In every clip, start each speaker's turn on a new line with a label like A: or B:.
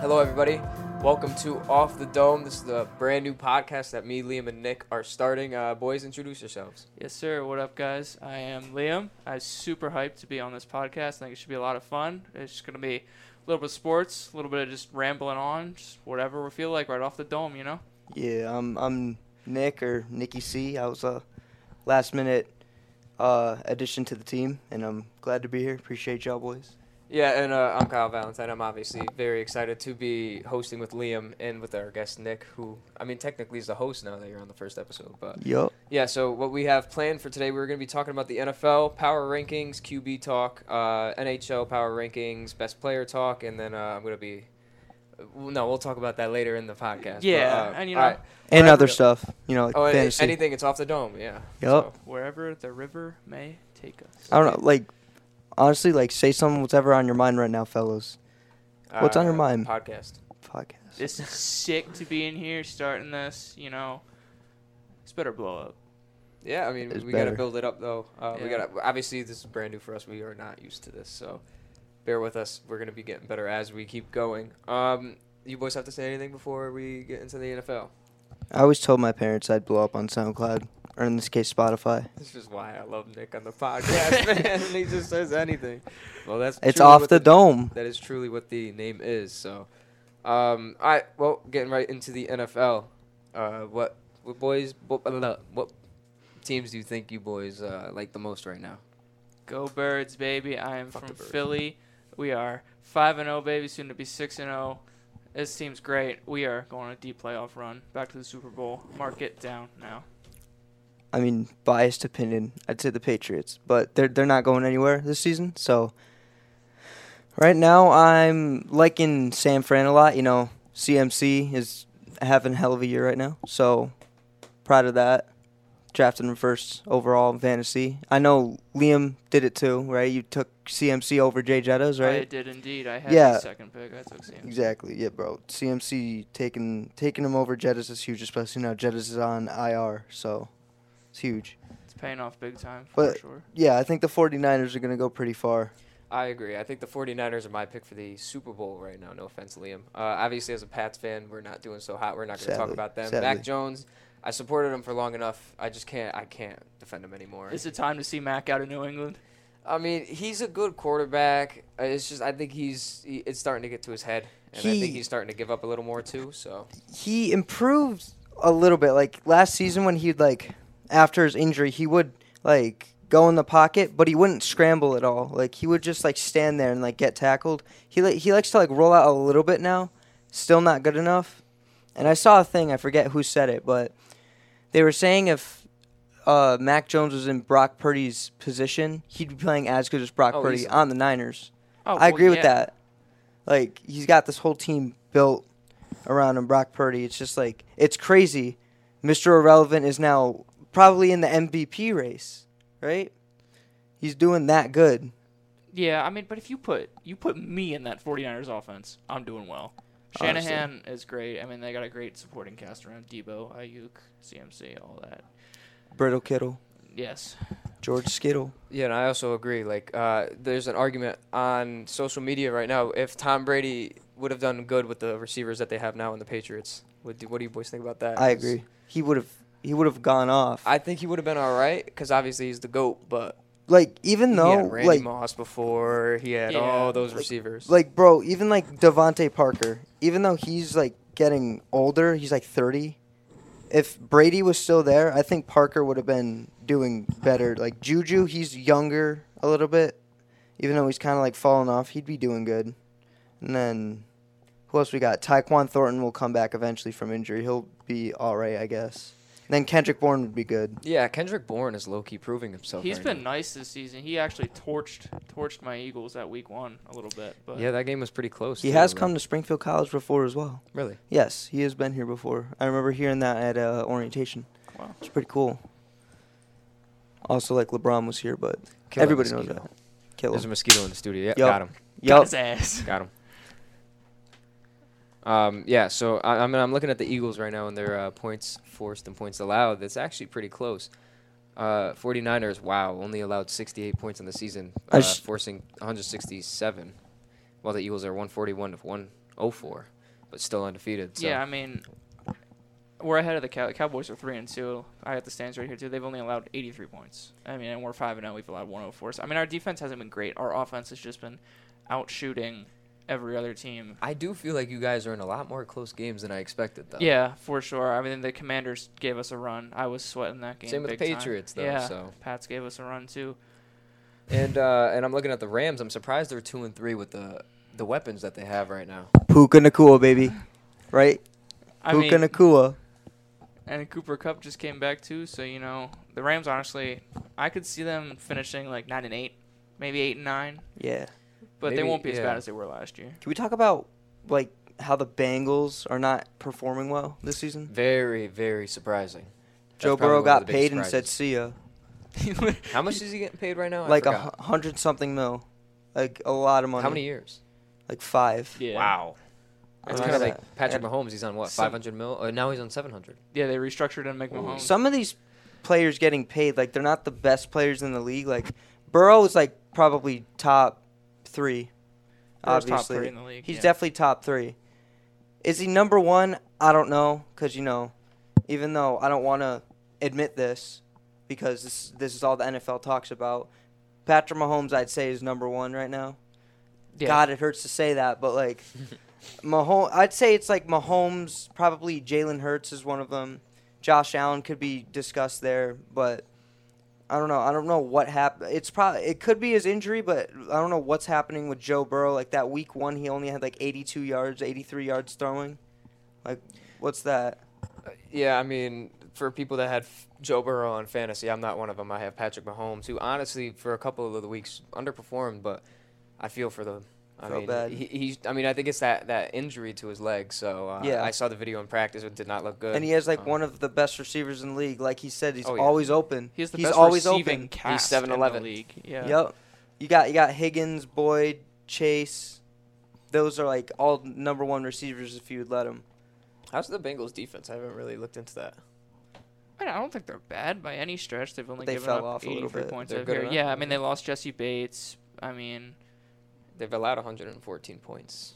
A: Hello, everybody. Welcome to Off the Dome. This is the brand new podcast that me, Liam, and Nick are starting. Uh, boys, introduce yourselves.
B: Yes, sir. What up, guys? I am Liam. I'm super hyped to be on this podcast. I think it should be a lot of fun. It's just going to be a little bit of sports, a little bit of just rambling on, just whatever we feel like right off the dome, you know?
C: Yeah, I'm I'm Nick or Nicky C. I was a last minute uh, addition to the team, and I'm glad to be here. Appreciate y'all, boys.
A: Yeah, and uh, I'm Kyle Valentine. I'm obviously very excited to be hosting with Liam and with our guest Nick, who, I mean, technically is the host now that you're on the first episode. But
C: Yup.
A: yeah, so what we have planned for today, we're going to be talking about the NFL power rankings, QB talk, uh, NHL power rankings, best player talk, and then uh, I'm going to be. No, we'll talk about that later in the podcast. but,
B: Yeah,
A: uh,
B: and, you know,
A: all right.
C: And
A: Whatever.
C: other stuff, you know, like
A: Oh, and- and
C: fantasy.
A: anything. It's off the dome. Yeah.
C: Yup.
B: Wherever the river may take us.
C: I don't know, like honestly, like say something whatever on your mind right now, fellows. What's on your mind?
A: uh, Podcast.
C: Podcast.
B: This is sick to be in here starting this, you know? It's better blow up.
A: Yeah, I mean,
C: It's
A: we gotta
C: better.
A: build it up though. Uh, We
B: Yeah.
A: gotta obviously this is brand new for us. We are not used to this, so bear with us. We're gonna be getting better as we keep going. Um, you boys have to say anything before we get into the NFL.
C: I always told my parents I'd blow up on SoundCloud, or in this case, Spotify.
A: This is why I love Nick on the podcast, man. he just says anything. Well, that's
C: It's
A: truly
C: off
A: what
C: the dome.
A: That is truly what the name is. So, um, all right. Well, getting right into the NFL. Uh, what what boys? What, what teams do you think you boys uh, like the most right now?
B: Go Birds, baby. I am
A: Fuck the
B: from
A: Birds.
B: Philly. We are 5 and 0, baby, soon to be 6 and 0. This team's great. We are going on a deep playoff run. Back to the Super Bowl. Mark it down now.
C: I mean, biased opinion. I'd say the Patriots, but they're they're not going anywhere this season. So right now, I'm liking San Fran a lot. You know, CMC is having a hell of a year right now. So proud of that. Drafted him first overall in fantasy. I know Liam did it too, right? You took CMC over Jay Jettas,
B: I
C: right?
B: did indeed. I had
C: Yeah.
B: the second pick. I took Sam.
C: Exactly. Yeah, bro. CMC taking taking him over Jettas is huge, especially now Jettas is on IR, so it's huge.
B: It's paying off big time for
C: But-
B: sure.
C: Yeah, I think the 49ers are going to go pretty far.
A: I agree. I think the 49ers are my pick for the Super Bowl right now. No offense, Liam. Uh, obviously, as a Pats fan, we're not doing so hot. We're not going to talk
C: Sadly.
A: about them.
C: Sadly.
A: Mac Jones, I supported him for long enough. I just can't. I can't defend him anymore.
B: Is it time to see Mac out of New England?
A: I mean, he's a good quarterback. Uh, It's just I think he's he, it's starting to get to his head, and I think
C: He-
A: he's starting to give up a little more too. So
C: He improved a little bit. Like last season when he'd like after his injury, he would like go in the pocket, but he wouldn't scramble at all. Like he would just like stand there and like get tackled. He li- he likes to like roll out a little bit now. Still not good enough. And I saw a thing, I forget who said it, but they were saying if uh, Mac Jones was in Brock Purdy's position, he'd be playing as good as Brock
A: Oh,
C: Purdy
A: easily.
C: on the Niners.
B: Oh,
C: I agree with
B: yeah.
C: that. Like he's got this whole team built around him, Brock Purdy. It's just like it's crazy. Mr. Irrelevant is now probably in the MVP race, right? He's doing that good.
B: Yeah, I mean, but if you put you put me in that 49ers offense, I'm doing well.
C: Honestly.
B: Shanahan is great. I mean, they got a great supporting cast around Debo, Ayuk, CMC, all that.
C: Brittle Kittle,
B: Yes.
C: George Skittle.
A: yeah, and I also agree. Like, uh, there's an argument on social media right now if Tom Brady would have done good with the receivers that they have now in the Patriots. What do, what do you boys think about that?
C: I
A: 'Cause
C: agree. He would have he would have gone off.
A: I think he would have been all right because obviously he's the goat, but
C: like even
A: he
C: though
A: had Randy
C: like
A: Moss before he had
B: Yeah.
A: all those receivers.
C: like bro, even like Devonte Parker, even though he's like getting older, he's like 30. If Brady was still there, I think Parker would have been doing better. Like Juju, he's younger a little bit, even though he's kind of like falling off. He'd be doing good. And then who else we got? Tyquan Thornton will come back eventually from injury. He'll be all right, I guess. And then Kendrick Bourne would be good.
A: yeah, Kendrick Bourne is low key proving himself.
B: He's
A: right
B: been
A: now.
B: nice this season. He actually torched torched my Eagles at week 1 a little bit, but
A: Yeah, that game was pretty close.
C: He
A: too,
C: has
A: like-
C: come to Springfield College before as well.
A: really.
C: Yes, he has been here before. I remember hearing that at uh, orientation.
B: Wow.
C: It's pretty cool. Also, like LeBron was here, but
A: Kill that
C: everybody knows
A: mosquito.
C: that. Kill
A: There's a
C: him.
A: mosquito in the studio. Yeah,
C: Yup.
A: got him.
B: got
C: Yup.
B: his ass.
A: Got him. Um, yeah, so I, I mean, I'm looking at the Eagles right now and their uh, points forced and points allowed. That's actually pretty close. Uh, 49ers, wow, only allowed 68 points in the season,
C: I
A: uh,
C: s-
A: forcing 167, while the Eagles are 141 to 104. but still undefeated. So.
B: Yeah, I mean, we're ahead of the Cow- Cowboys. Are three and two. I got the stands right here too. They've only allowed 83 points. I mean, and we're five and zero. We've allowed 104. So I mean, our defense hasn't been great. Our offense has just been out shooting every other team.
A: I do feel like you guys are in a lot more close games than I expected, though.
B: Yeah, for sure. I mean, the Commanders gave us a run. I was sweating that game.
A: Same with the
B: big time.
A: Patriots, though.
B: Yeah,
A: So.
B: Pats gave us a run too.
A: And uh, and I'm looking at the Rams. I'm surprised they're two and three with the the weapons that they have right now.
C: Puka Nakua, baby. Right?
B: I
C: Puka
B: mean,
C: Nakua.
B: and Cooper Cup just came back too. So you know, the Rams honestly, I could see them finishing like nine and eight, maybe eight and nine,
C: Yeah.
B: but they
A: Maybe-
B: won't be as
A: yeah.
B: bad as they were last year.
C: Can we talk about like how the Bengals are not performing well this season?
A: Very very surprising. That's
C: Joe
A: probably
C: Burrow
A: one of
C: got
A: the biggest
C: paid and said,
A: surprises.
C: "See ya."
A: "How much is he getting paid right now?" I
C: like a
A: forgot.
C: hu- hundred something mil, like a lot of money.
A: how many years?
C: Like five.
B: yeah.
A: Wow, that's
C: Uh,
A: kind of
C: yeah.
A: like Patrick
C: Yeah.
A: Mahomes. He's on what
B: Some-
A: 500 mil? Uh, now he's on 700.
B: Yeah, they restructured and make Mahomes.
C: Some of these players getting paid, like they're not the best players in the league. Like Burrow is like probably top three.
B: Burrow's top
C: obviously,
B: three in the league,
C: he's
B: yeah.
C: definitely top three. Is he number one? I don't know, cause you know, even though I don't want to admit this, because this this is all the NFL talks about. Patrick Mahomes, I'd say, is number one right now.
B: yeah.
C: God, it hurts to say that, but like Mahomes, I'd say it's like Mahomes, probably Jalen Hurts is one of them. Josh Allen could be discussed there, but I don't know. I don't know what happened. It's probably it could be his injury, but I don't know what's happening with Joe Burrow. Like that week one, he only had like 82 yards, 83 yards throwing. Like, what's that?
A: Yeah, I mean, for people that had f- Joe Burrow on fantasy, I'm not one of them. I have Patrick Mahomes, who honestly, for a couple of the weeks, underperformed. But I feel for them. I
C: Felt
A: mean,
C: bad.
A: He, he's. I mean, I think it's that, that injury to his leg. So uh,
C: Yeah.
A: I saw the video in practice. It did not look
B: Uh,
A: good.
C: And he has like
A: Um,
C: one of the best receivers in the league. Like he said, he's
A: Oh, yeah.
C: always open.
B: He's the
C: he's
B: best
C: always
B: receiving
C: open.
B: cast in the
A: 7-Eleven.
B: league. Yeah.
C: Yep. You got you got Higgins, Boyd, Chase. Those are like all number one receivers if you would let them.
A: How's the Bengals defense? I haven't really looked into that.
B: I mean, I don't think they're bad by any stretch. They've only
C: They
B: given
C: fell
B: up
C: off a
B: 83
C: little bit.
B: points.
A: They're
B: over
A: good
B: here.
A: enough,
B: Yeah, I mean,
A: yeah.
B: they lost Jesse Bates. I mean,
A: They've allowed 114 points.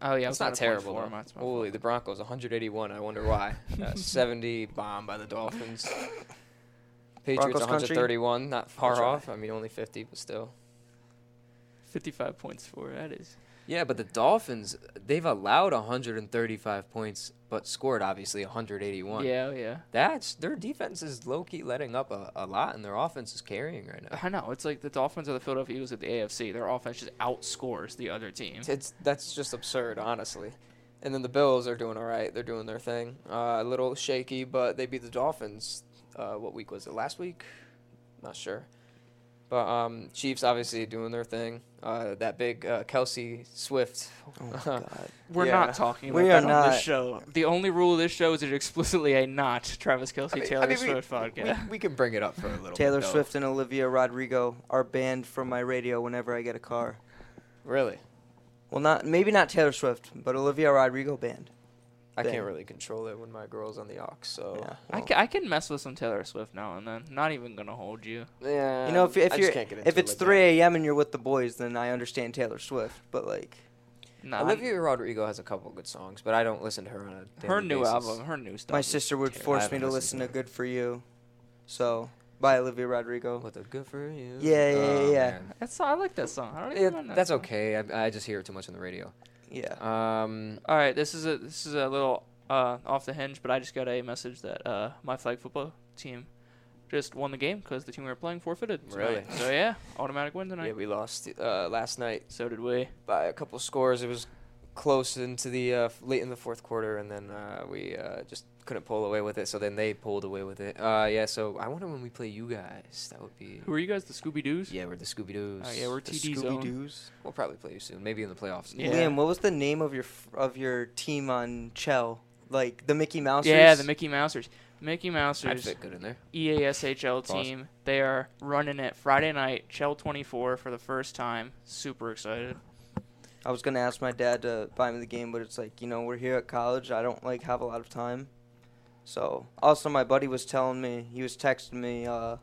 B: oh yeah, it
A: That's
B: was
A: not
B: a point
A: terrible.
B: four,
A: though.
B: my- it's my fault.
A: Holy, the Broncos 181. I wonder why. Uh, 70 bomb by the Dolphins. Patriots
C: Broncos country.
A: 131, not far
C: That's right.
A: off. I mean, only 50, but still.
B: 55 points for that is.
A: Yeah, but the Dolphins, they've allowed 135 points, but scored obviously 181.
B: Yeah, oh, yeah.
A: That's their defense is low key letting up a, a lot, and their offense is carrying right now.
B: I know. It's like the Dolphins are the Philadelphia Eagles of the AFC. Their offense just outscores the other team.
A: It's that's just absurd, honestly. And then the Bills are doing all right. They're doing their thing. Uh, a little shaky, but they beat the Dolphins. Uh, what week was it? Last week? Not sure. But um, Chiefs obviously doing their thing. Uh, that big uh, Kelsey Swift.
C: Oh my god.
B: We're
A: Yeah.
B: not talking about
C: We
B: that
C: are
B: on this
C: not.
B: show. The only rule of this show is it explicitly a not Travis Kelsey Taylor Swift
A: we,
B: podcast.
A: we can bring it up for a little.
C: Taylor
A: bit, though.
C: Swift and Olivia Rodrigo are banned from my radio whenever I get a car.
A: Really,
C: Well, not maybe not Taylor Swift, but Olivia Rodrigo banned.
A: I
C: Bang.
A: can't really control it when my girl's on the aux. So
C: Yeah.
B: I
C: well,
B: can, I can mess with some Taylor Swift now and then. Not even gonna hold you.
A: yeah.
C: you know, if, if
A: I
C: you're
A: just can't get into
C: if
A: it
C: it's
A: like that.
C: 3 a.m. and you're with the boys, then I understand Taylor Swift. But like,
B: Nah,
A: Olivia Rodrigo has a couple good songs, but I don't listen to her on a.
B: her
A: daily
B: new
A: basis.
B: album, her new stuff.
C: my
B: is
C: sister would
B: terrible.
C: force
A: haven't
C: me to listen
A: listened to
C: to "Good for You," so by Olivia Rodrigo.
A: With a good for you.
C: Yeah, yeah,
A: Oh,
C: yeah, yeah.
A: man.
B: That's I like that song. I don't even
A: Yeah,
B: mind that
A: that's
B: song.
A: okay. I, I just hear it too much on the radio.
C: Yeah.
B: Uh,
A: Um,
B: All right, this is a this is a little uh, off the hinge, but I just got a message that uh, my flag football team just won the game because the team we were playing forfeited. tonight.
A: Really?
B: So yeah, automatic win tonight.
A: yeah, we lost uh, last night
B: So did we.
A: by a couple scores. It was close into the uh, f- late in the fourth quarter, and then uh, we uh, just couldn't pull away with it. So then they pulled away with it. Uh, yeah. So I wonder when we play you guys. That would be.
B: Who are you guys? The Scooby Doo's?
A: Yeah, we're the Scooby Doo's.
B: Oh, yeah, we're
A: the
B: TD
A: Scoo-
B: zone.
C: Doo's.
A: We'll probably play you soon, maybe in the playoffs.
B: Yeah.
C: Liam, what was the name of your f- of your team on Chell? Like the Mickey Mouse?
B: Yeah, the Mickey Mousers. Mickey
A: I'd
B: Mousers,
A: fit good in there.
B: E EASHL
A: Awesome.
B: team. They are running it Friday night, Chell 24 for the first time. Super excited.
C: Uh, I was gonna ask my dad to buy me the game, but it's like you know we're here at college. I don't like have a lot of time. So also my buddy was telling me he was texting me. Uh,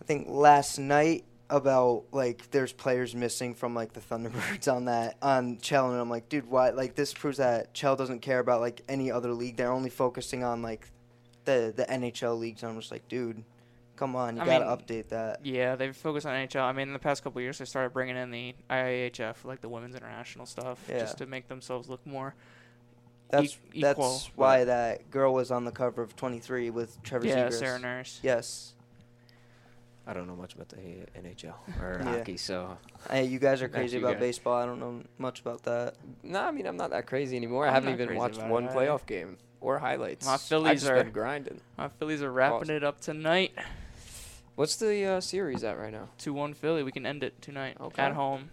C: I think last night about like there's players missing from like the Thunderbirds on that on Chell, and I'm like, dude, why? Like this proves that Chell doesn't care about like any other league. They're only focusing on like the the NHL leagues. And I'm just like, dude, come on, you
B: I
C: gotta
B: mean,
C: update that.
B: Yeah, they've focused on NHL. I mean, in the past couple of years, they started bringing in the IIHF, like the women's international stuff,
C: Yeah.
B: just to make themselves look more.
C: That's
B: e-
C: that's
B: equal,
C: why that girl was on the cover of 23 with Trevor
B: yeah,
C: Zegras.
B: Sarah Nurse.
C: Yes,
A: I don't know much about the NHL or
C: Yeah.
A: hockey, so
C: Hey, you guys are
A: Back
C: crazy
A: to you
C: about
A: guys.
C: baseball. I don't know much about that.
A: no, I mean I'm not that crazy anymore. I'm I
B: I'm
A: have not
B: not
A: even
B: crazy
A: watched
B: about it
A: one
B: either.
A: playoff game or highlights.
B: My Phillies
A: I've just
B: are-
A: been grinding.
B: My Uh, Phillies are wrapping
A: Awesome.
B: it up tonight.
A: What's the uh, series at right now?
B: Two one Philly. We can end it tonight
A: Okay.
B: at home.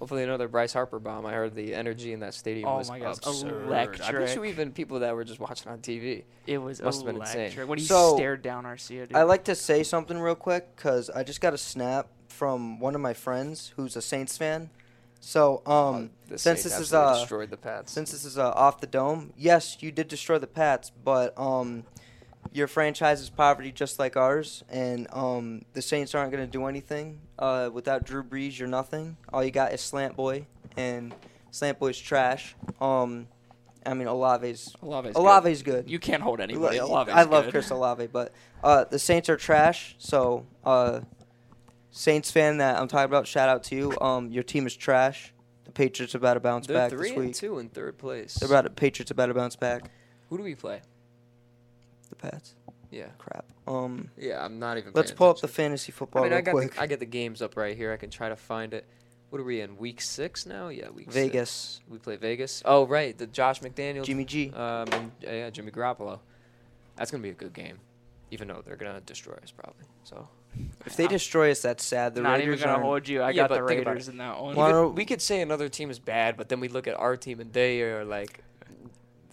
A: Hopefully another Bryce Harper bomb. I heard the energy in that stadium
B: Oh
A: was
B: my gosh,
A: absurd. I bet
B: electric.
A: you even people that were just watching on TV.
B: It was
A: Must've been insane.
B: electric when he
C: So,
B: stared down Arcia. Dude.
C: I like to say something real quick because I just got a snap from one of my friends who's a Saints fan. So, um,
A: the
C: since
A: Saints
C: this is
A: Oh, absolutely
C: uh,
A: destroyed the Pats.
C: since this is uh, off the dome, yes, you did destroy the Pats, but um, your franchise is poverty just like ours, and um, the Saints aren't going to do anything. Uh, without Drew Brees, you're nothing. All you got is Slant Boy, and Slant Boy's trash. Um, I mean, Olave's
B: Olave's good.
C: Olave's good.
B: You can't hold
C: We lo-
B: anybody. Olave's
C: I love
B: good.
C: Chris Olave, but uh, the Saints are trash. So, uh, Saints fan that I'm talking about, shout out to you. Um, your team is trash. The Patriots are about to bounce
A: They're
C: back
A: three
C: this
A: and
C: week.
A: two in third place.
C: They're about to, Patriots about to bounce back.
A: Who do we play?
C: The Pats,
A: Yeah,
C: crap. Um,
A: yeah. I'm not even.
C: let's
A: paying
C: pull up the
A: attention.
C: fantasy football
A: I mean,
C: real
A: I got
C: quick.
A: The, I get the games up right here. I can try to find it. What are we in? Week six now? Yeah, week
C: Vegas.
A: six. We play Vegas. Oh right, the Josh McDaniel.
C: Jimmy G.
A: Um, and, uh, yeah, Jimmy Garoppolo. That's gonna be a good game, even though they're gonna destroy us probably. So
C: If they destroy us, that's sad. The
B: Not
C: Raiders
B: even gonna
C: aren't-
B: hold you. I
A: Yeah,
B: got the
A: but think about
B: Raiders in that one.
A: we
C: Wanna-
A: could, we could say another team is bad, but then we look at our team and they are like,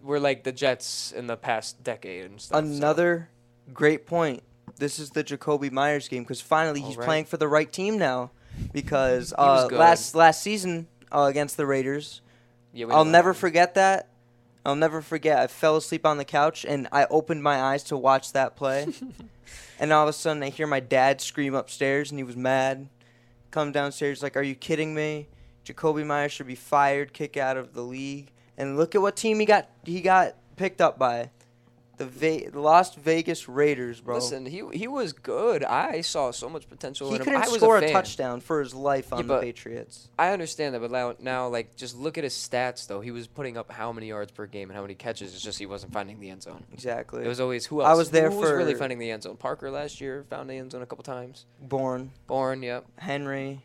A: we're like the Jets in the past decade and stuff. so-
C: Another great point. This is the Jacoby Myers game because finally
A: All
C: he's
A: right.
C: playing for the right team now. Because
A: was
C: uh,
A: good.
C: last last season uh, against the Raiders,
A: Yeah, we
C: I'll
A: know that
C: never
A: one.
C: forget that. I'll never forget. I fell asleep on the couch and I opened my eyes to watch that play. and all of a sudden, I hear my dad scream upstairs and he was mad. Come downstairs, like, Are you kidding me? Jacoby Myers should be fired, kick out of the league. And look at what team he got he got picked up by. The, Ve- the Las Vegas Raiders, bro.
A: Listen, he he was good. I saw so much potential
C: he
A: in him.
C: couldn't
A: I was a,
C: score a,
A: fan.
C: touchdown for his life on
A: Yeah,
C: the
A: but-
C: Patriots.
A: I understand that, but now, now, like, just look at his stats, though. He was putting up how many yards per game and how many catches. It's just he wasn't finding the end zone.
C: Exactly.
A: It was always who
C: I
A: else?
C: was there
A: who was really
C: for-
A: finding the end zone. Parker last year found the end zone a couple times.
C: Born.
A: Bourne, yep.
C: Henry,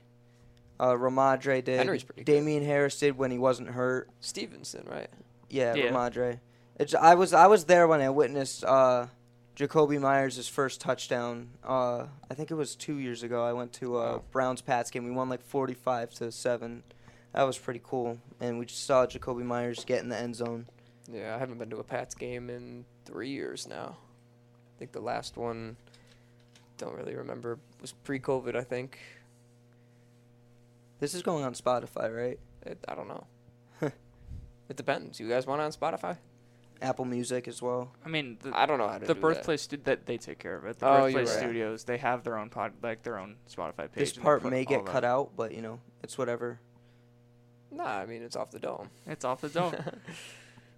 C: uh, Ramadre did.
A: Henry's pretty good.
C: Damian Harris did when he wasn't hurt.
A: Stevenson, right?
C: Yeah,
B: Yeah.
C: Ramadre. It's, I was I was there when I witnessed uh, Jacoby Myers' first touchdown. Uh, I think it was two years ago. I went to uh,
A: Wow.
C: Browns Pats game. We won like forty five to seven. That was pretty cool, and we just saw Jacoby Myers get in the end zone.
A: Yeah, I haven't been to a Pats game in three years now. I think the last one, don't really remember, was pre-COVID. I think.
C: This is going on Spotify, right?
A: It, I don't know. it depends. You guys want it on Spotify?
C: Apple Music as well.
B: I mean, the,
A: I don't know how to do
B: the
A: that.
B: birthplace stu- that they take care of it. The
A: Oh, you're
B: birthplace
A: right.
B: studios they have their own pod, like their own Spotify page.
C: This
B: and they
C: part
B: put
C: may
B: all
C: get
B: that.
C: cut out, but you know it's whatever.
A: Nah, I mean it's off the dome.
B: It's off the dome.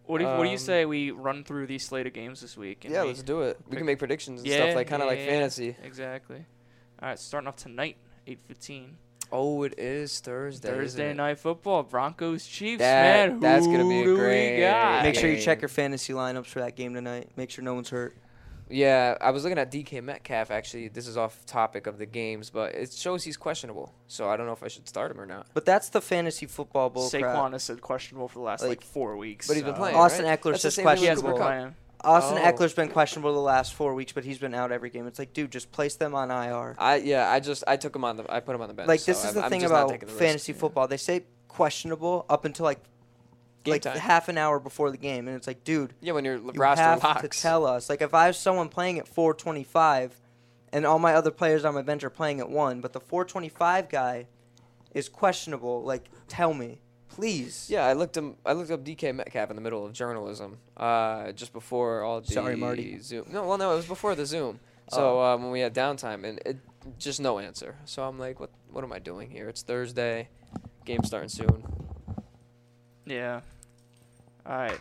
B: what do you, What do you
A: Um,
B: say we run through these slate of games this week? and
A: Yeah,
B: we-
A: let's do it. We
B: pick-
A: can make predictions and
B: Yeah,
A: stuff like kind of like
B: yeah, yeah.
A: fantasy.
B: exactly. All right, starting off tonight, eight fifteen.
A: Oh, it is Thursday. isn't
B: Thursday
A: it?
B: night football, Broncos Chiefs.
A: That-
B: man,
A: that's gonna be
B: who
A: a
B: do
A: great
B: We got?
C: Make sure you check
A: game.
C: your fantasy lineups for that game tonight. Make sure no one's hurt.
A: Yeah, I was looking at DK Metcalf. Actually, this is off topic of the games, but it shows he's questionable. So I don't know if I should start him or not.
C: But that's the fantasy football bull crap.
B: Saquon has said questionable for the last like,
C: Like-
B: four weeks.
A: But he's been
B: so-
A: playing.
C: Austin
A: uh, right?
C: Eckler's
A: That's the
C: just
A: same thing with
B: He has been
A: Cooper Cup.
B: playing.
C: Austin
A: Oh.
C: Eckler's been questionable the last four weeks, but he's been out every game. It's like, dude, just place them on IR.
A: I yeah, I just I took him on the I put him on the bench.
C: like this
A: so I'm-
C: is the
A: I'm
C: thing
A: just not
C: about
A: taking the risk.
C: fantasy
A: Yeah.
C: football. They say questionable up until like
A: Game
C: like
A: time.
C: half an hour before the game, and it's like, dude,
A: Yeah, when you're
C: you
A: roster
C: have
A: locks.
C: to tell us. Like if I have someone playing at 425, and all my other players on my bench are playing at one, but the 425 guy is questionable. Like, tell me, please.
A: Yeah, I looked him. I looked up DK Metcalf in the middle of journalism, uh, just before all the
C: Sorry, Marty. Oh.
A: um, Zoom. No, well, no, it was before the Zoom. So uh, when we had downtime, and it, just no answer. So I'm like, what what am I doing here? It's Thursday, game starting soon.
B: Yeah. All right.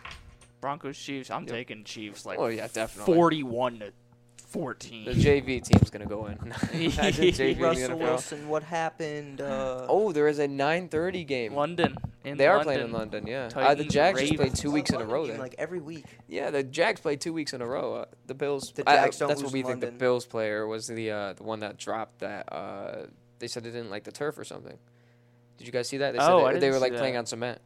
B: Broncos Chiefs. I'm taking Chiefs like
A: oh yeah, definitely.
B: 41 to
A: The
B: 14.
A: JV team's gonna go in. Imagine JV in the
C: Russell
A: NFL.
C: Wilson, what happened? Uh,
A: Oh, there is a 9:30 game.
B: London. In
A: they are
B: London.
A: playing in London, yeah. Uh, the
B: Titans,
A: Jags just played
B: Ravens.
A: two weeks in a
C: London
A: row.
C: game,
A: Then.
C: Like every week.
A: yeah, the Jags played two weeks in a row. Uh, the Bills.
C: The
A: I-
C: Jags don't
A: that's what
C: lose
A: we
C: in
A: think. The
C: London.
A: Bills player was the uh, the one that dropped that. Uh, they said they didn't like the turf or something. Did you guys see that? They said
B: Oh,
A: they,
B: I
A: they
B: didn't
A: were
B: see
A: like playing
B: that.
A: on cement.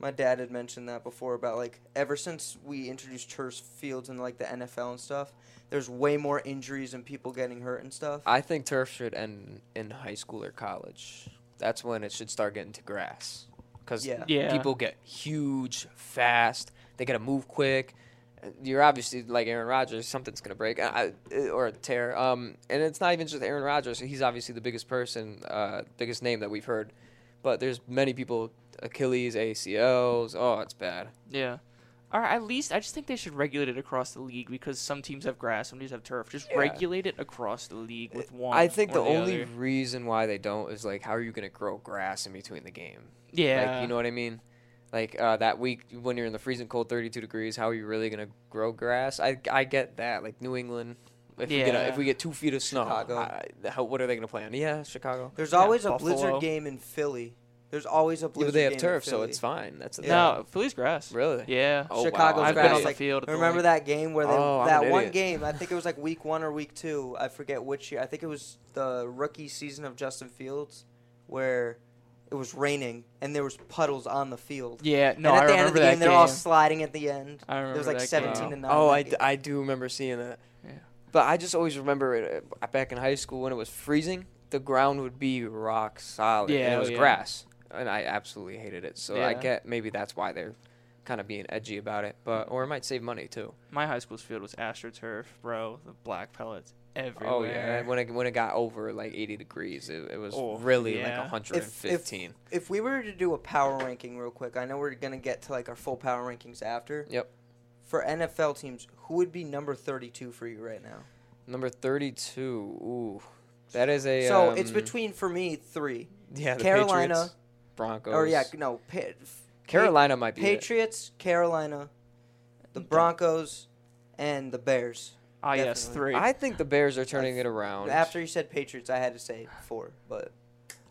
C: My dad had mentioned that before about like ever since we introduced turf fields and like the NFL and stuff, there's way more injuries and people getting hurt and stuff.
A: I think turf should end in high school or college. That's when it should start getting to grass. Because
C: Yeah.
B: Yeah.
A: people get huge fast. They gotta move quick. Uh, You're obviously like Aaron Rodgers. Something's gonna break uh, I, I- or tear. Um, and it's not even just Aaron Rodgers. He's obviously the biggest person, uh, biggest name that we've heard. But there's many people Achilles, ACLs. Oh, it's bad.
B: Yeah. Or at least I just think they should regulate it across the league because some teams have grass, some teams have turf. Just
A: Yeah.
B: regulate it across the league with one.
A: I think
B: or
A: the only
B: other.
A: reason why they don't is like, how are you gonna grow grass in between the game?
B: yeah,
A: Like, you know what I mean? Like uh, that week when you're in the freezing cold, 32 degrees, how are you really gonna grow grass? I, I get that. Like New England, if we get a,
B: Yeah.
A: if we get two feet of snow,
C: Chicago.
A: I, how, what are they gonna play on? Yeah, Chicago.
C: there's
B: Yeah,
C: always a
B: Buffalo.
C: blizzard game in Philly. There's always a
A: Yeah,
C: blizzard.
A: but they have
C: game
A: turf,
C: in
A: so
C: Philly.
A: it's fine. That's the
C: Yeah.
B: No, Philly's grass.
A: thing. really.
B: Yeah.
A: Oh, wow.
C: Chicago's
A: I've been
C: grass.
A: on the
C: like,
B: field at the
C: remember
B: link.
C: that game where they
A: Oh, I'm
C: that
A: an
C: one
A: idiot.
C: game? I think it was like week one or week two. I forget which year. I think it was the rookie season of Justin Fields, where it was raining and there was puddles on the field.
B: Yeah. No,
C: and
B: I
C: at the end of
B: remember
C: the
B: that
C: game,
B: game.
C: they're all sliding at the end.
B: I remember
C: There was like
B: that
C: 17
B: game.
C: to nine.
A: Oh,
C: that
A: I, d-
C: game.
A: I do remember seeing that.
B: Yeah.
A: But I just always remember it uh, back in high school when it was freezing, the ground would be rock solid. and
B: Yeah, oh,
A: it was
B: yeah.
A: grass, and I absolutely hated it. So I
B: Yeah.
A: get maybe that's why they're kind of being edgy about it, but or it might save money too.
B: My high school's field was astroturf, bro. The black pellets everywhere.
A: Oh yeah, when it when it got over like 80 degrees, it, it was
B: Oh,
A: really like
B: yeah. If- if-
A: 115.
C: If we were to do a power ranking real quick, I know we're gonna get to like our full power rankings after.
A: Yep.
C: For NFL teams, who would be number 32 for you right now?
A: Number 32. Ooh, that is a
C: so it's
A: um,
C: between for me three.
A: yeah the
C: Carolina-
A: Patriots, Broncos.
C: Or yeah, no, pa-
A: Carolina might be it.
C: Patriots, Carolina, the Broncos, and the Bears.
B: Ah, yes,
C: Definitely.
B: three.
A: I think the Bears are turning it around.
C: After you said Patriots, I had to say four, but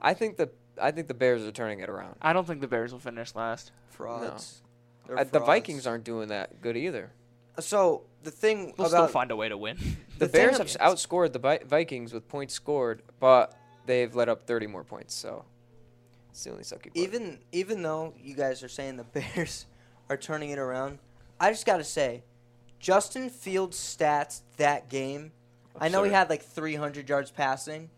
A: I think the I think the Bears are turning it around.
B: I don't think the Bears will finish last.
C: frauds. They're
A: Uh, the
C: frauds.
A: Vikings aren't doing that good either.
C: So the thing
B: They'll still
C: about
B: find a way to win.
A: The,
C: The thing
A: Bears have
C: ab-
A: s- outscored the Vi- Vikings with points scored, but they've let up 30 more points. So it's the only sucky part.
C: even even though you guys are saying the Bears are turning it around, I just gotta say, Justin Fields' stats that game. I know he
A: Absurd.
C: had like 300 yards passing,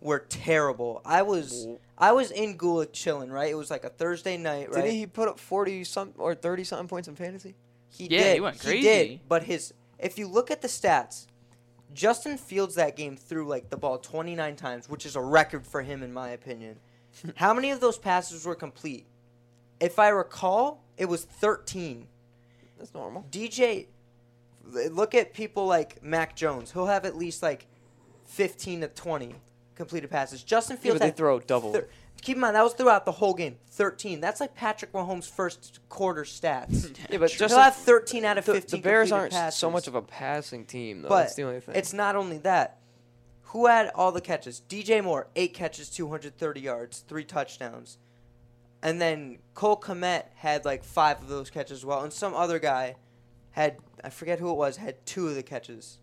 C: were terrible. I was I was in Gula chilling, right? It was like a Thursday night, right?
A: Didn't he put up 40 some or 30 something points in fantasy?
C: He
B: Yeah,
C: did.
B: he went
C: did,
B: crazy.
C: but his if you look at the stats, Justin Fields that game threw like the ball 29 times, which is a record for him in my opinion. How many of those passes were complete? If I recall, it was 13.
A: That's normal.
C: DJ look at people like Mac Jones. He'll have at least like 15 to 20 completed passes. Justin
A: Yeah,
C: Fields
A: but they
C: had
A: throw double.
C: thir- Keep in mind that was throughout the whole game. 13. That's like Patrick Mahomes' first quarter stats.
A: yeah, but
C: He'll
A: just
C: have 13 out of
A: the,
C: 15.
A: the Bears
C: completed
A: aren't s- so
C: passes.
A: much of a passing team though.
C: But
A: That's the only thing.
C: It's not only that. Who had all the catches? DJ Moore, eight catches, 230 yards, three touchdowns. And then Cole Komet had like five of those catches as well. And some other guy had, I forget who it was, had two of the catches.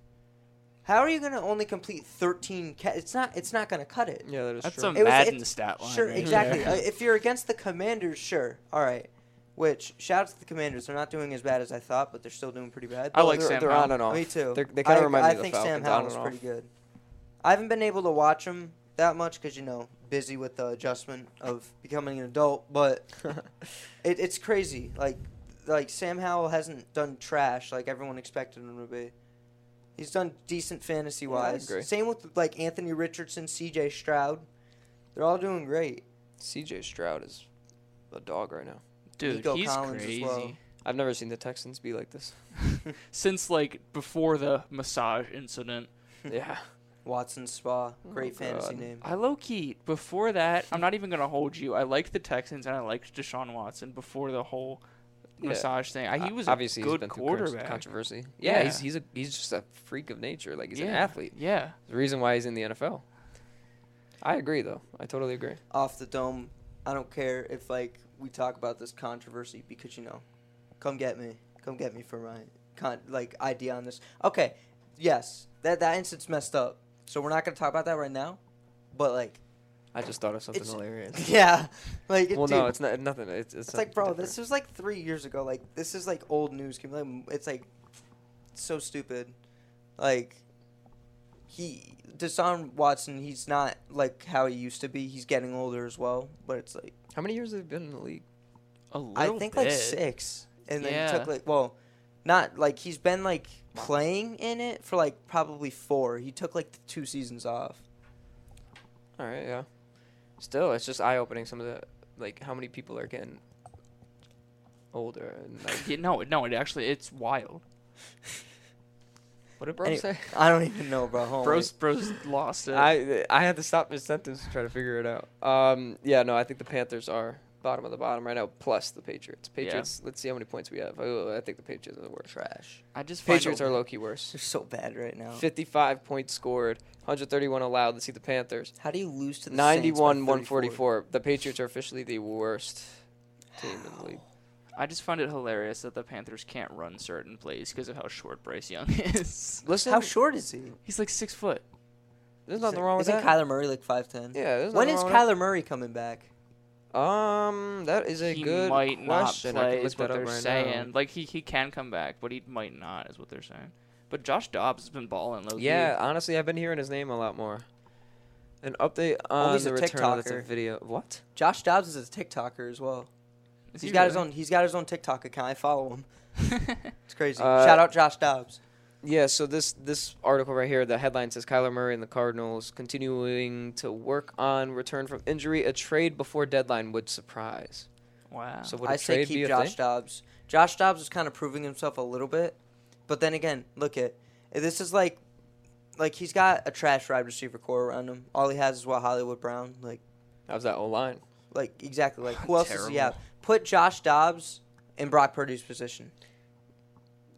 C: How are you going to only complete 13 catches? It's not, it's not going to cut it.
A: yeah, that is
B: That's
A: true.
B: some
C: It was-
B: Madden
C: it's-
B: stat line.
C: Sure,
B: right
C: exactly.
B: there.
C: Uh, if you're against the Commanders, sure. All right. Which, shout out to the Commanders. They're not doing as bad as I thought, but they're still doing pretty bad.
B: I like
A: they're,
B: Sam
A: they're
B: Howell.
A: on and off.
C: Me too.
A: They're, they kind
C: I-
A: of remind
C: I
A: me of the
C: think Sam
A: Falcons. on
C: Howell's
A: and off.
C: pretty good. I haven't been able to watch him that much because you know busy with the adjustment of becoming an adult, but it, it's crazy. Like like Sam Howell hasn't done trash like everyone expected him to be. He's done decent fantasy
A: Yeah, I
C: wise.
A: agree.
C: Same with like Anthony Richardson, C.J. Stroud. They're all doing great.
A: CJ Stroud is a dog right now.
B: Dude,
C: Nico
B: he's
C: Collins as
B: crazy.
C: well.
A: I've never seen the Texans be like this.
B: Since like before the massage incident,
A: yeah.
C: Watson Spa, great
B: Oh,
C: fantasy
B: God.
C: name.
B: I low key before that. I'm not even gonna hold you. I liked the Texans and I liked Deshaun Watson before the whole
A: Yeah.
B: massage thing. I, he was
A: Uh, obviously
B: a good
A: he's been through
B: quarterback.
A: con- controversy. Yeah,
B: Yeah.
A: he's he's a he's just a freak of nature. Like he's an
B: Yeah.
A: athlete.
B: Yeah,
A: The reason why he's in the NFL. I agree though. I totally agree.
C: Off the dome, I don't care if like we talk about this controversy because you know, come get me, come get me for my con- like idea on this. Okay, yes, that that incident's messed up, so we're not gonna talk about that right now. But like,
A: I just thought of something
C: It's-
A: hilarious.
C: yeah, like
A: well,
C: dude,
A: no, it's not nothing. It's it's,
C: It's like, bro,
A: something
C: this was like three years ago. Like, this is like old news. Can- like, It's like so stupid. Like, he Deshaun Watson. He's not like how he used to be. He's getting older as well. But it's like
A: different. How many years have you been in the league?
B: a little
C: I think like
B: bit.
C: six, and then he took
B: Yeah.
C: like well, not like he's been like playing in it for like probably four. He took like two seasons off.
A: All right, yeah. Still, it's just eye opening. Some of the like how many people are getting older and like
B: Yeah, no, no, it actually it's wild.
A: what did bro
C: Any-
A: say?
C: I don't even know, bro. Hold on,
B: Bros, bros lost it.
A: I I had to stop mid sentence to try to figure it out. Um, yeah, no, I think the Panthers are bottom of the bottom right now, plus the Patriots. Patriots. Let's see how many points we have. Oh, I think the Patriots are the
C: wait.
A: worst.
C: trash.
B: I just find
A: Patriots
B: it-
A: are low key worse.
C: They're so bad right now.
A: 55 points scored, 131 allowed. Let's see the Panthers.
C: How do you lose to the Saints by
A: 91
C: 34?
A: 144. The Patriots are officially the worst team in the league.
B: I just find it hilarious that the Panthers can't run certain plays because of how short Bryce Young is.
A: Listen,
C: How short is he?
B: He's like six foot.
A: there's nothing wrong with
C: Isn't
A: that.
C: Kyler Murray like five ten?
A: yeah, there's
C: When
A: nothing
C: is
A: wrong with that.
C: Kyler Murray coming back?
A: Um, that is a
B: he
A: good
B: might
A: question.
B: not
A: I
B: play
A: can look
B: is what
A: that up
B: they're
A: right
B: saying.
A: now.
B: Like he, he can come back, but he might not is what they're saying. But Josh Dobbs has been balling low. key.
A: Yeah, honestly, I've been hearing his name a lot more. An update on
C: he's
A: the
C: a
A: return of the
C: TikToker.
A: video. What?
C: Josh Dobbs is a TikToker as well.
B: Is
C: He's
B: he
C: got his
B: really?
C: own. He's got his own TikTok account. I follow him. It's crazy.
A: Uh,
C: Shout out Josh Dobbs.
A: Yeah, so this this article right here, the headline says Kyler Murray and the Cardinals continuing to work on return from injury. A trade before deadline would surprise.
B: wow.
A: So would a
C: Oh, I say
A: trade be
C: keep
A: a
C: Josh
A: thing?
C: Dobbs. Josh Dobbs is kind of proving himself a little bit, but then again, look at this is like, like he's got a trash wide receiver core around him. All he has is what Hollywood Brown. Like,
A: How's that O line?
C: like exactly. Like who else does he have?
B: Terrible.
C: Put Josh Dobbs in Brock Purdy's position.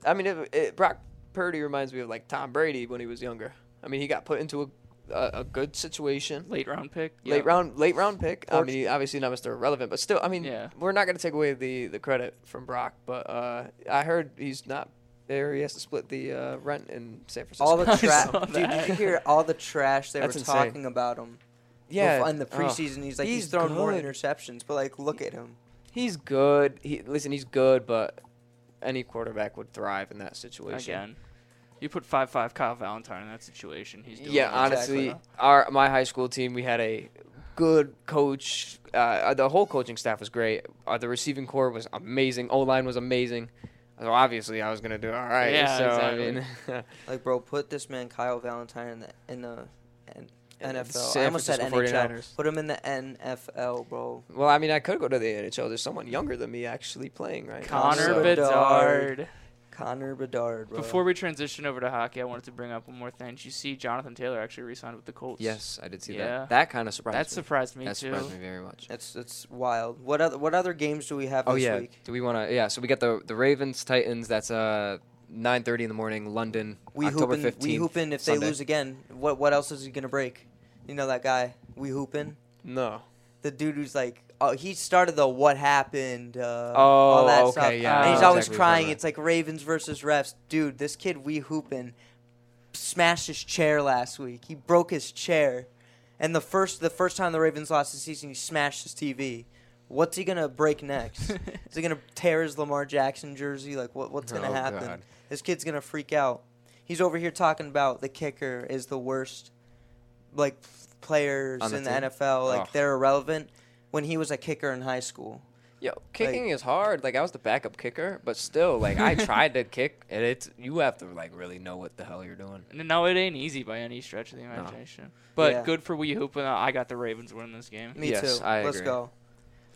A: I mean, it, it, Brock Purdy reminds me of like Tom Brady when he was younger. I mean, he got put into a a, a good situation.
B: late round pick.
A: Late round, late round pick. I
C: Or-
A: mean, obviously not Mr. Irrelevant, but still, I mean,
B: Yeah.
A: we're not gonna take away the, the credit from Brock. But uh, I heard he's not there. He has to split the uh, rent in San Francisco.
C: All the
B: I
C: trash,
B: saw
C: dude. Did you
B: that.
C: hear all the trash they were
A: That's insane.
C: talking about him?
A: yeah,
C: in the
A: oh.
C: preseason, he's like he's,
A: He's
C: throwing more
A: good.
C: interceptions, but like look at him.
A: He's good. He listen, he's good, but any quarterback would thrive in that situation.
B: again. You put five five Kyle Valentine in that situation. He's doing
A: Yeah,
B: it.
A: honestly, our my high school team, we had a good coach. Uh, the whole coaching staff was great. Uh, the receiving core was amazing. O line was amazing. So obviously, I was gonna do all right.
B: Yeah,
A: so I
B: exactly.
A: mean,
C: Like bro, put this man Kyle Valentine in the in the N-
A: In the
C: NFL.
A: San
C: I almost said
A: Francisco
C: NHL.
A: 49ers.
C: Put him in the NFL, bro.
A: well, I mean, I could go to the NHL. There's someone younger than me actually playing right
B: Connor
A: now. so-
C: Bid-
B: Bedard.
C: Connor Bedard, bro.
B: Before we transition over to hockey, I wanted to bring up one more thing. Did you see Jonathan Taylor actually re-signed with the Colts?
A: Yes, I did see
B: Yeah.
A: that. That kind of surprised
B: That
A: me.
B: surprised me
A: that
B: too.
A: surprised me very much.
C: it's it's wild. What other what other games do we have
A: Oh
C: this
A: yeah.
C: week?
A: Do we want to? Yeah. So we got the the Ravens Titans. That's uh 9:30 in the morning, London,
C: We
A: October
C: hoopin',
A: 15th.
C: we hoopin' if
A: Sunday.
C: they lose again. What what else is he gonna break? You know that guy. We hoopin'.
A: No.
C: the dude who's like, oh, he started the what happened, uh,
A: Oh,
C: all that
A: okay,
C: stuff.
A: yeah,
C: and he's
B: I know
A: exactly what
C: always
A: you're talking
C: crying.
A: about.
C: It's like Ravens versus refs. Dude, this kid, we hooping, smashed his chair last week. He broke his chair, and the first the first time the Ravens lost the season, he smashed his TV. What's he gonna break next? Is he gonna tear his Lamar Jackson jersey? Like what what's gonna
A: Oh,
C: happen?
A: God.
C: This kid's gonna freak out. He's over here talking about the kicker is the worst, like players
A: On the
C: in the
A: team?
C: NFL. Like
A: Ugh.
C: they're irrelevant. When he was a kicker in high school,
A: Yo, kicking is hard. Like I was the backup kicker, but still, like I tried to kick, and it's you have to like really know what the hell you're doing.
B: N- No, it ain't easy by any stretch of the imagination. But
C: Yeah.
B: good for We Hoop. and I got the Ravens winning this game.
C: me
A: Yes,
C: too.
A: I
C: Let's
A: agree.
C: go.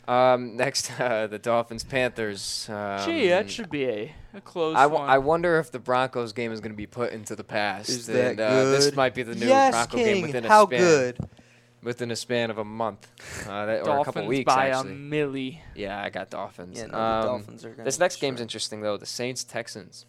A: Um, next, uh, the Dolphins Panthers. Um,
B: Gee, that should be a, a close
A: I,
B: one.
A: w- I wonder if the Broncos game is going to be put into the past.
C: Is
A: and,
C: that
A: Uh, this
C: good?
A: might be the new
C: yes,
A: Bronco
C: King.
A: game within a
C: how
A: span
C: good?
A: within a span of a month uh, that, or a
B: Dolphins
A: couple weeks
B: by
A: actually.
B: a milli.
A: yeah, I got Dolphins.
C: Yeah, no,
A: Um,
C: the Dolphins are gonna
A: This next
C: destroy.
A: game's interesting though. The Saints Texans.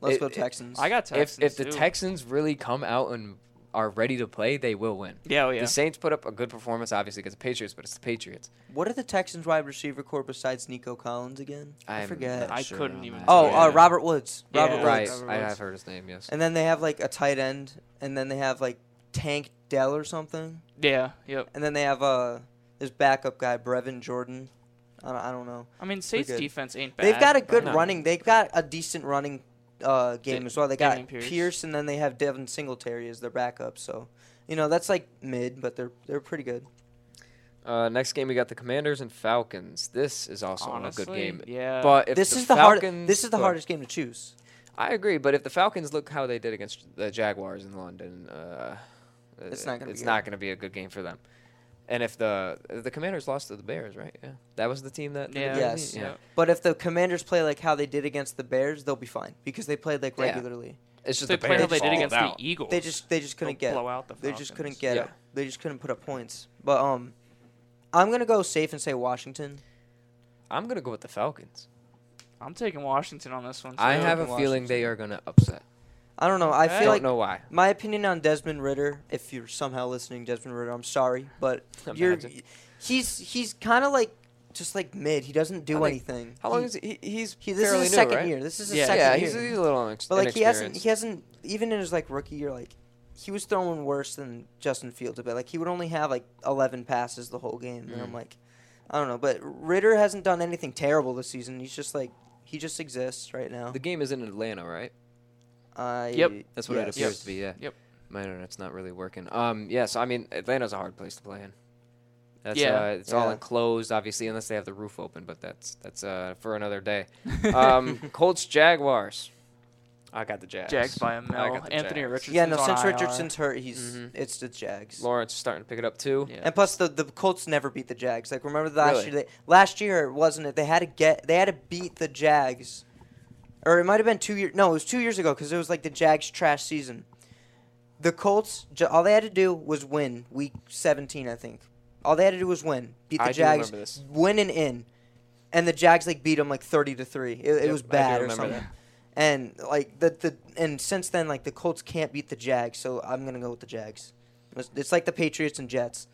C: Let's
A: it-
C: go
A: it-
C: Texans.
B: I got Texans
A: if if the
B: too.
A: Texans really come out and are ready to play, they will win.
B: yeah, oh, yeah.
A: The Saints put up a good performance, obviously, against the Patriots, but it's the Patriots.
C: what are the Texans wide receiver core besides Nico Collins again? I
A: I'm
C: forget.
A: not
B: I
A: sure
B: couldn't
A: on
B: even
A: that.
C: oh,
B: Yeah.
C: uh, Robert Woods.
B: Yeah,
C: Robert
A: Right,
C: Woods.
A: I
B: Woods.
A: have heard his name. Yes.
C: And then they have like a tight end, and then they have like Tank Dell or something,
B: yeah, yep.
C: and then they have uh this backup guy Brevin Jordan. I don't, I don't know.
B: I mean, Saints
C: good.
B: defense ain't bad.
C: They've got a
B: but
C: good
B: no.
C: running. They've got a decent running uh, game
B: Da-
C: as well. They got
B: Damian Pierce.
C: Pierce. and then they have Devin Singletary as their backup. So, you know, that's like mid, but they're they're pretty good.
A: Uh, next game we got the Commanders and Falcons. This is also
B: Honestly,
A: a good game.
B: Yeah.
A: But if
C: this
A: the
C: is the
A: Falcons,
C: hard. This is the
A: look,
C: hardest game to choose.
A: I agree, but if the Falcons look how they did against the Jaguars in London, uh,
C: It's
A: uh,
C: not gonna be
A: it's
C: good.
A: not going to be a good game for them. And if the the Commanders lost to the Bears, right? Yeah, that was the team that.
B: yeah,
C: Yes.
A: yeah.
B: yep.
C: But if the Commanders play like how they did against the Bears, they'll be fine because they played like
A: Yeah.
C: regularly.
A: It's just
B: They
A: the
B: played how
A: Bears
B: they did
A: balled
B: against
A: out.
B: the E- Eagles.
C: They just they just couldn't
B: They'll
C: get.
B: blow out the
C: They just couldn't
B: Falcons.
C: get
A: Yeah.
C: up. They just couldn't put up points. But um, I'm gonna go safe and say Washington.
A: I'm going to go with the Falcons.
B: I'm taking Washington on this one.
A: I
B: too.
A: have a
C: Washington.
A: feeling they are going to upset.
C: I don't know. I
B: Okay.
A: I
C: feel
A: don't
C: like
A: know why.
C: my opinion on Desmond Ritter. If you're somehow listening, Desmond Ritter, I'm sorry, but you're
A: Imagine.
C: he's he's kind of like just like mid. He doesn't do
A: I think-
C: anything.
A: How long
C: He-
A: is he? he- He's
C: he? This is
A: fairly
C: his
A: new,
C: second
A: right?
C: year. This is his
B: Yeah.
C: second
A: yeah,
C: year.
A: he's, he's a little inex-
C: But like he hasn't
A: inexperienced.
C: he hasn't even in his like rookie year like he was throwing worse than Justin Fields a bit. Like he would only have like 11 passes the whole game and I'm
A: Mm.
C: like I don't know, but Ritter hasn't done anything terrible this season. He's just like he just exists right now.
A: The game is in Atlanta, right?
C: I
B: Yep.
A: That's what it
C: yes.
A: appears to be. Yeah.
B: Yep.
A: My internet's not really working. Um. Yes. I mean, Atlanta's a hard place to play in. That's,
B: Yeah.
A: Uh, it's all
C: Yeah.
A: enclosed, obviously, unless they have the roof open. But that's that's uh, for another day. Um, Colts Jaguars. I got the Jags.
B: Jags by a mil.
A: I got the
B: Anthony
A: Jags.
B: Richardson.
C: Yeah, no,
B: Richardson's
C: since
B: on Mm-hmm. IR.
C: Richardson's hurt, he's
A: Mhm.
C: it's the Jags.
A: Lawrence is starting to pick it up too.
B: Yeah.
C: And plus, the the Colts never beat the Jags. Like remember last
A: Really?
C: year? They, last year it wasn't it? They had to get they had to beat the Jags, or it might have been two years. No, it was two years ago because it was like the Jags trash season. The Colts ju- all they had to do was win week seventeen, I think. All they had to do was win, beat the
A: I do
C: Jags,
A: remember this.
C: win and in, and the Jags like beat them like thirty to three. It, it
A: Yep,
C: was
A: I do
C: bad or
A: remember
C: something.
A: that.
C: And like the the and since then like the Colts can't beat the Jags, so I'm gonna go with the Jags. It's- It's like the Patriots and Jets.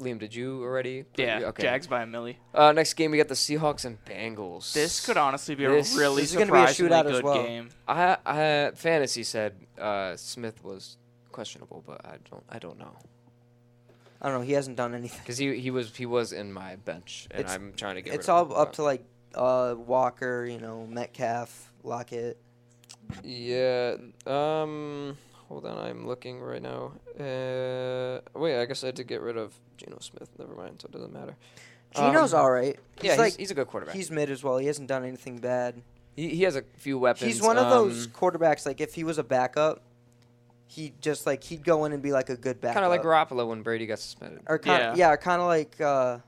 A: Liam, did you already? put-
B: Yeah,
A: Okay.
B: Jags by a milli.
A: Uh, next game we got the Seahawks and Bengals.
B: This could honestly be
A: This-
B: a really
C: this is gonna be a
B: surprisingly
C: shootout as
B: good
C: well.
B: game.
A: I, I fantasy said uh, Smith was questionable, but I don't I don't know.
C: I don't know. He hasn't done anything.
A: Because he, he was he was in my bench, and
C: It's-
A: I'm trying to get.
C: It's all up to like uh, Walker, you know, Metcalf, Lockett.
A: to. Yeah. Um. Hold on, I'm looking right now. Uh. Wait, I guess I did get rid of Geno Smith. Never mind, so it doesn't matter.
C: Gino's
A: Um,
C: all right. He's
A: Yeah, he's,
C: like he's,
A: he's a good quarterback.
C: mid as well. He hasn't done anything bad.
A: he, he has a few weapons.
C: he's one of those
A: um,
C: quarterbacks. Like if he was a backup, he just like he'd go in and be like a good backup.
A: kind of like Garoppolo when Brady got suspended.
C: or kind
B: Yeah.
C: yeah, or kind of like uh,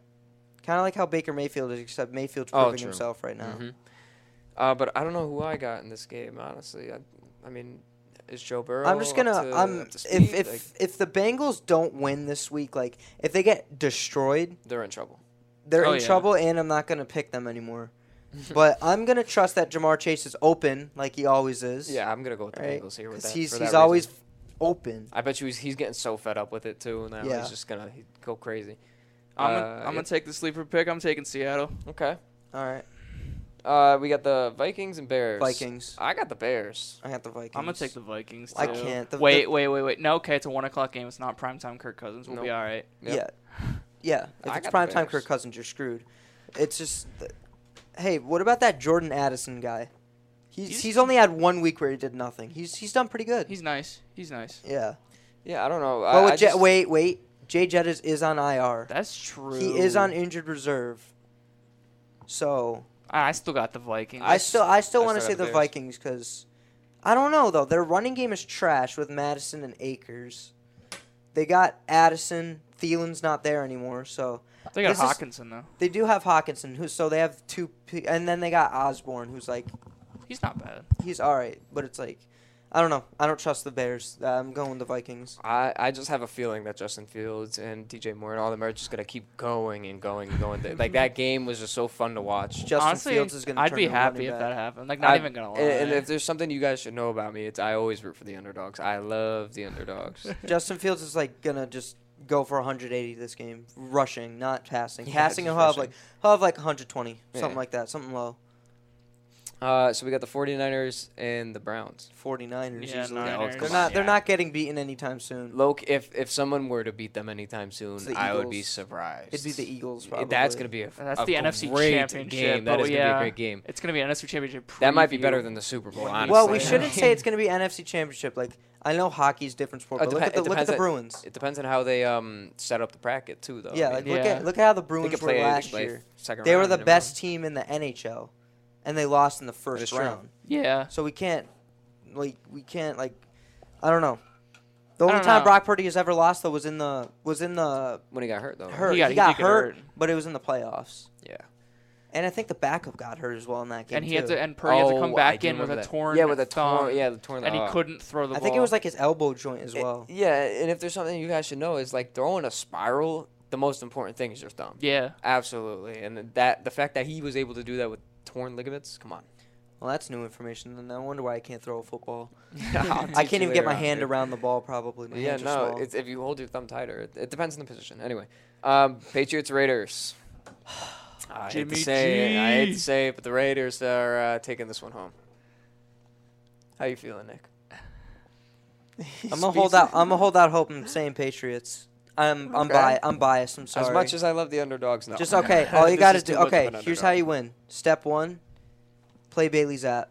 C: kind of like how Baker Mayfield is, except Mayfield's
A: Oh,
C: proving
A: true.
C: himself right now.
A: Mhm. Uh, but I don't know who I got in this game. Honestly, I, I mean, is Joe Burrow?
C: I'm just
A: up
C: gonna
A: to-
C: I'm
A: up to
C: if
A: speed?
C: if
A: Like,
C: if the Bengals don't win this week, like if they get destroyed,
A: they're in trouble.
C: they're
B: Oh,
C: in
B: yeah.
C: trouble, and I'm not gonna pick them anymore. but I'm gonna trust that Jamar Chase is open, like he always is.
A: Yeah, I'm gonna go with the
C: Right,
A: Bengals here with
C: because
A: that.
C: he's
A: for
C: he's
A: that reason.
C: always open.
A: I bet you he's, he's getting so fed up with it too now.
C: Yeah.
A: He's just gonna he go crazy.
B: I'm,
A: Uh,
B: gonna, I'm
A: yeah.
B: gonna take the sleeper pick. I'm taking Seattle.
A: Okay.
C: All right,
A: Uh, we got the Vikings and Bears.
C: Vikings.
A: I got the Bears.
C: I got the Vikings.
B: I'm gonna take the Vikings. Too.
C: I can't. The-
B: wait,
C: the-
B: wait, wait, wait. No, okay, it's a one o'clock game. It's not primetime. Kirk Cousins will be
A: Nope.
B: all right.
A: Yep.
C: Yeah, yeah. If
A: I
C: it's
A: got the
C: primetime,
A: Bears.
C: Kirk Cousins, you're screwed. It's just, th- hey, what about that Jordan Addison guy? He's
B: He's-
C: he's, only had one week where he did nothing. He's he's done pretty good.
B: He's nice. He's nice.
C: yeah.
A: Yeah, I don't know. I,
C: But with
A: I
C: Jet-
A: just-
C: wait, wait. Jay Jettas is on IR.
B: That's true.
C: He is on injured reserve. So
B: I I still got the Vikings.
C: I still, I still
A: I
C: want to
A: still
C: say
A: got the
C: the
A: Bears.
C: Vikings because I don't know though. Their running game is trash with Madison and Akers. They got Addison. Thielen's not there anymore, so
B: They got
C: This is-
B: Hawkinson though.
C: They do have Hawkinson, who so they have two, p- and then they got Osborne, who's like
B: He's not bad.
C: he's all right, but it's like I don't know. I don't trust the Bears. Uh, I'm going with the Vikings.
A: I, I just have a feeling that Justin Fields and DJ Moore and all them are just gonna keep going and going and going. Th- like that game was just so fun to watch.
C: Justin
B: Honestly,
C: Fields is going to.
B: I'd be happy if that happened. Like not
A: I-
B: even gonna lie.
A: And, and if there's something you guys should know about me, it's I always root for the underdogs. I love the underdogs.
C: Justin Fields is like gonna just go for 180 this game, rushing, not passing.
A: Yeah,
C: passing,
A: just
C: he'll have
A: rushing.
C: like he'll have like 120, something
A: Yeah.
C: like that, something low.
A: Uh, so we got the 49ers and the Browns.
C: 49ers
B: Yeah,
C: usually.
A: Niners.
C: They're
A: Come
C: not.
B: on,
C: They're
B: yeah.
C: not getting beaten anytime soon.
A: Loke, if if someone were to beat them anytime soon,
C: It's the
A: I would be
C: Eagles.
A: surprised.
C: It'd be the Eagles.
A: I-
C: Probably.
A: That's gonna be a
B: And that's
A: a
B: the NFC
A: great
B: Championship,
A: game.
B: but
A: That is gonna
B: yeah.
A: be a great game.
B: it's gonna be an NFC Championship.
A: That might be
B: preview.
A: better than the Super Bowl.
B: Well,
A: Honestly,
C: Well, we
B: honestly.
C: shouldn't say it's gonna be NFC Championship. Like I know hockey's different sport,
A: It
C: but look
A: depen-
C: at the
A: Oh, it
C: look at
A: depends
C: the
A: on-
C: Bruins.
A: It depends on how they um set up the bracket too, though.
C: yeah,
A: I mean,
C: like look
B: Yeah.
C: at look at how the
A: they
C: Bruins
A: could
C: were
A: play,
C: last
A: play
C: year.
A: second
C: They were
A: round
C: the
A: and everything.
C: best team in the NHL, and they lost in the
A: is
C: first
A: true.
C: round.
B: Yeah.
C: So we can't, like, we can't like, I don't know. The
B: I
C: only
B: don't
C: time
B: know.
C: Brock Purdy has ever lost though was in the was in the
A: when he got hurt though. right?
C: hurt. He
B: He
C: got,
B: got- he did get
C: hurt,
B: hurt.
C: but it was in the playoffs.
A: Yeah.
C: And I think the backup got hurt as well in that game.
B: And he
C: too.
B: had to and Purdy had to come
A: Oh,
B: back
A: I do
B: in with a
A: remember that.
B: torn
A: Yeah, with a
B: thumb,
A: torn. Yeah, the torn.
B: and he
A: uh,
B: couldn't throw the
C: I
B: ball.
C: think it was like his elbow joint as well.
A: It, Eh, yeah, and if there's something you guys should know is like throwing a spiral. The most important thing is your thumb.
B: yeah.
A: Absolutely, and that the fact that he was able to do that with torn ligaments. Come on.
C: Well, that's new information, and I wonder why I can't throw a football.
A: I'll
C: I
A: teach
C: can't
A: you
C: even get
A: later
C: my
A: on,
C: hand
A: dude.
C: around the ball. Probably. My
A: Yeah,
C: hands are
A: no.
C: small.
A: It's if you hold your thumb tighter. It, it depends on the position. Anyway, um, Patriots Raiders. I hate
B: Jimmy
A: to say it. I hate
B: G.
A: to say it, but the Raiders are uh, taking this one home. How you feeling, Nick?
C: I'm gonna hold out. I'm gonna hold out hope. I'm saying Patriots. I'm I'm
A: Okay.
C: bi- I'm biased. I'm sorry.
A: As much as I love the underdogs, no.
C: Just okay. All you
A: This
C: got to
A: is too
C: do.
A: much of
C: Okay,
A: an
C: here's
A: underdog.
C: how you win. Step one, play Bailey's app.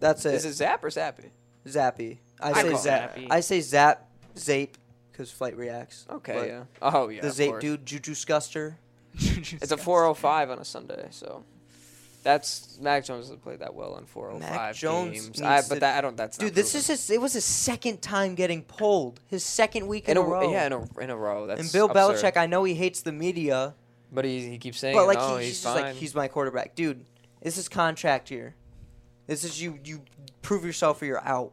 C: That's it.
A: Is it Zap or Zappy?
C: Zappy. I
A: I
C: say
A: call it
C: zap.
B: Zappy.
C: I say zap. Zape, because flight reacts.
A: Okay,
C: But
A: yeah. Oh yeah.
C: The
A: of
C: Zape
A: course.
C: dude, Juju Scuster.
A: It's a 405 on a Sunday, so that's Mac Jones has played that well on 405
C: Jones
A: games.
C: needs
A: I,
C: to-
A: but that, I don't. That's not
C: Dude, this
A: proven.
C: is his. It was his second time getting pulled. His second week in,
A: in a,
C: a, row.
A: yeah in a, in a row. That's
C: and Bill
A: absurd.
C: Belichick, I know he hates the media,
A: but he, he keeps saying,
C: but like
A: "No,
C: he- he's,
A: he's
C: just
A: fine."
C: like he's my quarterback, dude. This is contract year. This is you. You prove yourself or you're out.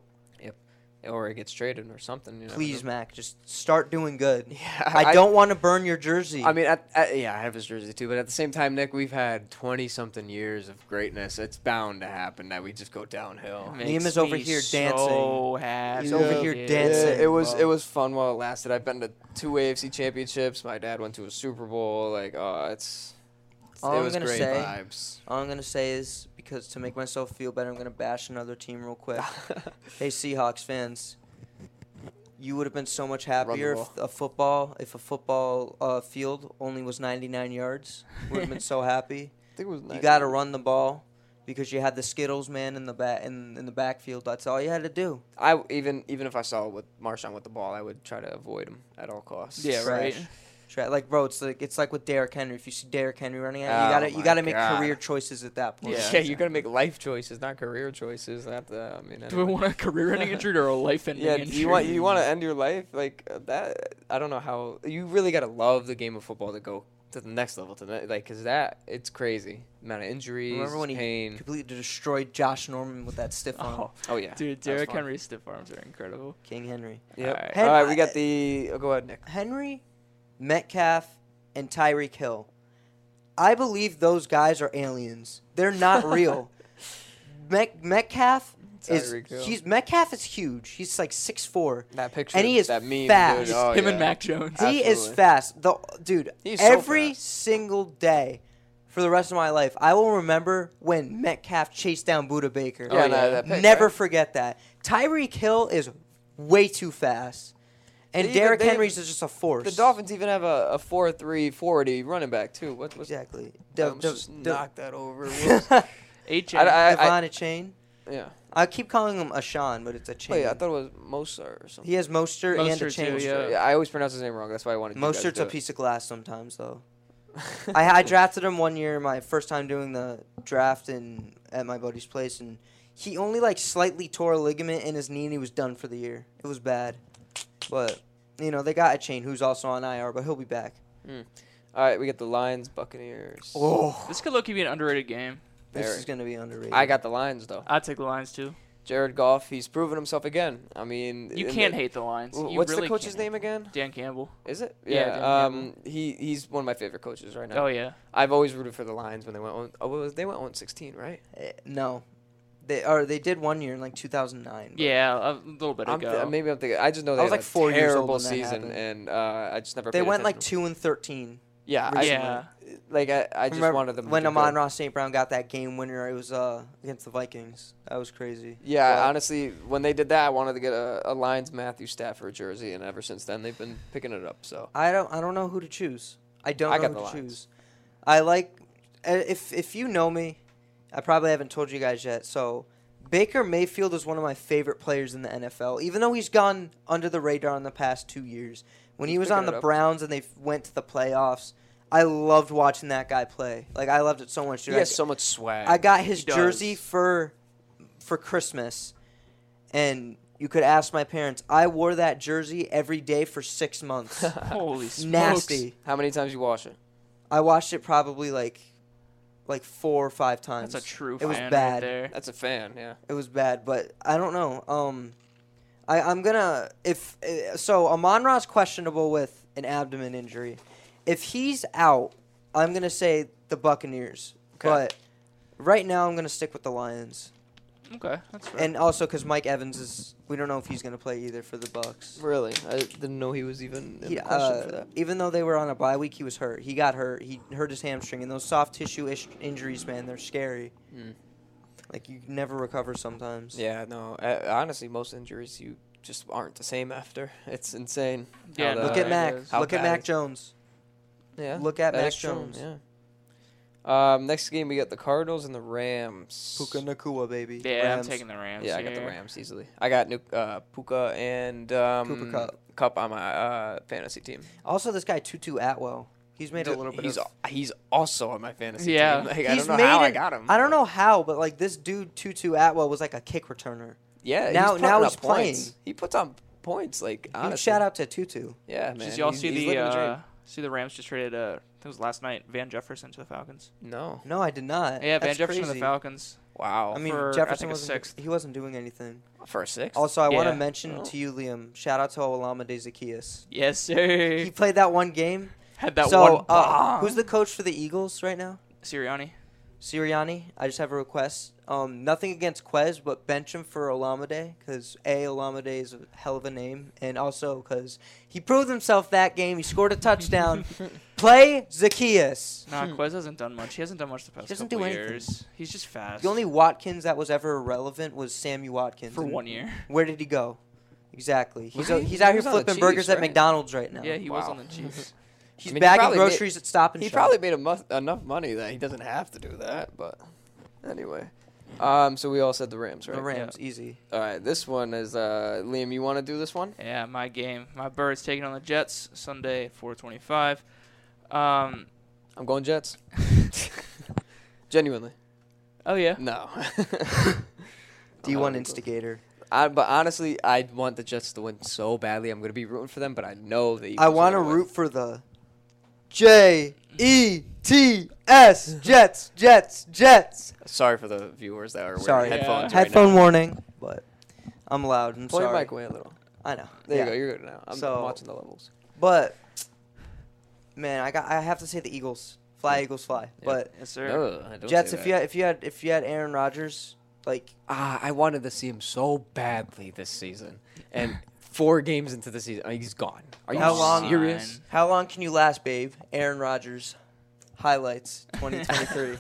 A: or he gets traded or something. You never
C: Please,
A: know.
C: Mac, just start doing good.
A: Yeah,
C: I don't want to burn your jersey.
A: I mean, at, at, yeah, I have his jersey too, but at the same time, Nick, we've had twenty something years of greatness. It's bound to happen that we just go downhill.
B: Makes
C: Liam is over
B: me
C: here
B: So happy.
C: He's over here dancing.
A: it was
C: bro.
A: it was fun while it lasted. I've been to two AFC championships. My dad went to a Super Bowl. Like, oh, it's, it's-
C: All
A: it
C: I'm
A: was
C: gonna
A: great
C: say-
A: vibes.
C: All I'm gonna say is because to make myself feel better, I'm gonna bash another team real quick. hey, Seahawks fans, you would have been so much
A: the
C: happier if
A: ball.
C: a football if a football uh, field only was 99 yards. Would have been so happy.
A: think it was
C: You gotta run the ball because you had the Skittles man in the back in, in the backfield. That's all you had to do.
A: I even even if I saw with Marshawn with the ball, I would try to avoid him at all costs.
B: Yeah, right.
C: Trash. Tra- like bro, it's like it's like with Derrick Henry. If you see Derrick Henry running out,
A: Oh
C: you gotta you
A: my
C: gotta make
A: God.
C: career choices at that point.
A: Yeah,
B: Yeah.
A: you gotta make life choices, not career choices. Not the, I mean,
B: Do we
A: anyway.
B: want a career-ending injury or a life-ending
A: yeah,
B: injury?
A: do you want you want to end your life like uh, that? I don't know how you really gotta love the game of football to go to the next level to the, like because that it's crazy amount of injuries,
C: Remember when he
A: pain.
C: completely destroyed Josh Norman with that stiff arm,
B: Oh,
A: oh yeah,
B: dude,
A: that was
B: Derrick
A: fun.
B: Henry's stiff arms are incredible.
C: King Henry.
A: Yep.
B: All right.
A: All right, we
C: Hen-
A: got the. Oh, go ahead, Nick.
C: Henry, Metcalf, and Tyreek Hill. I believe those guys are aliens. They're not real. Met- Metcalf is
A: Tyreek Hill.
C: he's Metcalf is huge. He's like six four.
A: That picture,
C: And he is
A: that meme,
C: fast.
A: Dude, oh,
B: Him
A: yeah.
B: and Mac Jones.
C: He is
A: Absolutely.
C: fast. The dude
A: He's so
C: every
A: fast.
C: single day for the rest of my life, I will remember when Metcalf chased down Buda Baker.
A: Oh, Yeah, no, that pick,
C: Never
A: right?
C: forget that. Tyreek Hill is way too fast. And
A: They even-
C: Derrick
A: they even-
C: Henry's is just a force.
A: The Dolphins even have a, a 4 3 40 running back, too. What, what's
C: Exactly.
A: Dom,
C: Do- do-
A: just
C: do-
A: knock that over. Whoops.
C: Devon
B: H.
A: I- I-
C: a chain.
A: yeah.
C: I keep calling him Ashan, but it's a chain.
A: Wait, Oh, I thought it was Mozart or something.
C: he has Mostert, and a
B: Mostert, too,
C: chain.
B: yeah.
A: Yeah, I always pronounce his name wrong. That's why I wanted. you guys
C: Mostert's
A: to
C: a
A: do
C: piece of glass sometimes, though.
A: it.
C: I, I drafted him one year, my first time doing the draft, and at my buddy's place, and he only like slightly tore a ligament in his knee, and he was done for the year. It was bad, but you know they got a chain who's also on IR, but he'll be back.
A: All right, we got the Lions, Buccaneers.
C: Oh,
B: This could look to be an underrated game.
A: Very.
C: this is gonna be underrated.
A: I got the Lions though.
B: I'd take the Lions too.
A: Jared Goff, he's proven himself again. I mean,
B: You
A: in
B: can't
A: the-
B: hate the Lions.
A: Uh, Wh-
B: You
A: What's
B: really
A: the coach's
B: can't.
A: name again?
B: Dan Campbell.
A: Is it?
B: Yeah, Dan Campbell.
A: um, he he's one of my favorite coaches right now.
B: Oh yeah.
A: I've always rooted for the Lions when they went on. Oh, what was they went on 16, right?
C: Eh, no, they or they did one year in like 2009. but-
B: Yeah, a little bit
A: I'm
B: ago.
A: th- maybe I'm thinking. I just know they
C: I was,
A: had
C: like,
A: a
C: four years
A: terrible
C: old when that
A: season,
C: happened.
A: and uh, I just never.
C: They
A: paid
C: went like
A: attention.
C: two and 13.
A: yeah, I,
C: recently.
B: yeah.
A: like I, I just
C: Remember
A: wanted them. to
C: when
A: do
C: Amon
A: good.
C: Ross St. Brown got that game winner. It was uh against the Vikings. That was crazy.
A: Yeah,
C: But-
A: honestly, when they did that, I wanted to get a, a Lions Matthew Stafford jersey, and ever since then they've been picking it up. So
C: I don't. I don't know who to choose. I don't
A: I
C: know
A: got
C: who
A: the
C: to
A: Lions.
C: choose. I like. uh, If if you know me, I probably haven't told you guys yet. So Baker Mayfield is one of my favorite players in the NFL. Even though he's gone under the radar in the past two years, when he
A: He's
C: was
A: picking
C: on
A: it
C: the
A: up.
C: Browns and they went to the playoffs, I loved watching that guy play. Like I loved it so much.
A: he
C: dude. I
A: has so much swag.
C: I got his
B: He does.
C: jersey for for Christmas, and you could ask my parents. I wore that jersey every day for six months.
B: Holy smokes.
C: Nasty.
A: How many times you wash it?
C: I watched it probably like like four or five times.
B: That's a true
C: It was
B: fan right
C: bad.
B: there.
A: That's a fan, yeah.
C: It was bad, but I don't know. Um, I I'm gonna if uh, so. Amon Ra's questionable with an abdomen injury. If he's out, I'm gonna say the Buccaneers.
A: Okay.
C: But right now, I'm gonna stick with the Lions.
B: Okay, that's fair.
C: and also because Mike Evans is, we don't know if he's going to play either for the Bucks.
A: Really, I didn't know he was even in
C: He,
A: the question
C: uh,
A: for that.
C: even though they were on a bye week, he was hurt. He got hurt. He hurt his hamstring, and those soft tissue ish- injuries, man, they're scary.
A: Mm.
C: Like you never recover sometimes.
A: Yeah, no. Uh, honestly, most injuries you just aren't the same after. It's insane.
B: yeah,
A: how
B: no,
C: Look
A: the-
C: at
B: it
C: Mac.
B: is.
A: Uh, How
C: Look at
A: bad
C: Mac
A: it-
C: Jones.
A: Yeah.
C: Look at
A: that
C: Mac
A: is true,
C: Jones.
A: Yeah. Um, next game we got the Cardinals and the Rams.
C: Puka Nakua, baby.
B: Yeah,
C: Rams.
B: I'm taking the Rams.
A: Yeah, I got the
B: here.
A: Rams easily. I got Nu- uh, Puka and um,
C: Cooper Kupp.
A: Cup on my uh, fantasy team.
C: Also, this guy Tutu Atwell. He's made a
A: Dude,
C: little bit.
A: He's
C: of,
A: al- he's also on my fantasy
B: Yeah.
A: team. Like, I
C: He's
A: don't know how I
C: an-
A: got him.
C: I don't know how, but like this dude Tutu Atwell was like a kick returner.
A: Yeah,
C: Now-
A: he's putting
C: now he's
A: up points.
C: playing.
A: He puts on points. Like honestly,
C: Huge shout out to Tutu.
A: Yeah, man.
B: Did y'all
A: he's-
B: see
A: he's
B: the
A: living dream.
B: uh, see the Rams just traded? Uh, I think it was last night. Van Jefferson to the Falcons.
A: no.
C: No, I did not.
B: Yeah, Van
C: That's
B: Jefferson to
C: crazy.
B: the Falcons.
A: Wow.
C: I mean,
B: for, I
C: Jefferson
B: think, a
C: wasn't
B: sixth.
C: he wasn't doing anything.
A: for a six.
C: Also, I want
B: Yeah.
C: to mention
A: Oh.
C: to you, Liam. Shout out to Olama De Zacchaeus.
B: Yes, sir.
C: He played that one game.
B: Had that
C: so,
B: one.
C: uh,
B: bomb.
C: who's the coach for the Eagles right now?
B: Sirianni?
C: Sirianni. I just have a request. Um, nothing against Quez, but bench him for Olamide because a Olamide is a hell of a name, and also because he proved himself that game. He scored a touchdown. Play Zacchaeus.
B: Nah,
A: Hmm.
B: Quez hasn't done much. He hasn't done much the past
C: doesn't
B: couple
C: do anything.
B: years. He's just fast.
C: The only Watkins that was ever relevant was Sammy Watkins.
B: for
C: and
B: one year.
C: Where did he go? Exactly. He's,
A: Was
C: out-
A: he-
C: he's
A: he
C: out here
A: was on the
C: flipping
A: Chiefs,
C: burgers at
A: right?
C: McDonald's right now.
B: Yeah, he was
A: Wow.
B: on the Chiefs.
A: I
C: He's
A: mean, he
C: bagging
A: probably made-
C: groceries at Stop and
A: He
C: Shop.
A: probably made a mu- enough money that he doesn't have to do that, but anyway. Um, so we all said the Rams, right?
C: the Rams easy.
A: All right, this one is uh, Liam. You want to do this one?
B: Yeah, my game. My birds taking on the Jets Sunday, 4:25. Um,
A: I'm going Jets. Genuinely,
B: oh yeah.
A: no.
C: D one
A: I'm-
C: instigator.
A: I, but honestly, I want the Jets to win so badly. I'm gonna be rooting for them, but I know the.
C: I
A: Eagles are
C: want to
A: gonna win.
C: root for the J E T S Jets Jets Jets.
A: Sorry for the viewers that are wearing
C: Sorry.
A: headphones.
B: Yeah.
A: right
C: Headphone
A: now.
C: warning, but I'm loud. I'm
A: Pull your
C: sorry.
A: mic away a little.
C: I know.
A: There
C: yeah.
A: you go. You're good now. I'm
C: So-
A: watching the levels.
C: But man, I got. I have to say the Eagles. Fly Eagles fly.
A: Yeah.
C: But
B: Yes, sir.
A: Ugh, I don't
C: Jets,
A: say
C: if
A: that.
C: you had, if you had if you had Aaron Rodgers, like
A: ah, I wanted to see him so badly this season, and four games into the season, he's gone. Are you
C: How long-
A: serious?
C: How long can you last, babe? Aaron Rodgers highlights 2023.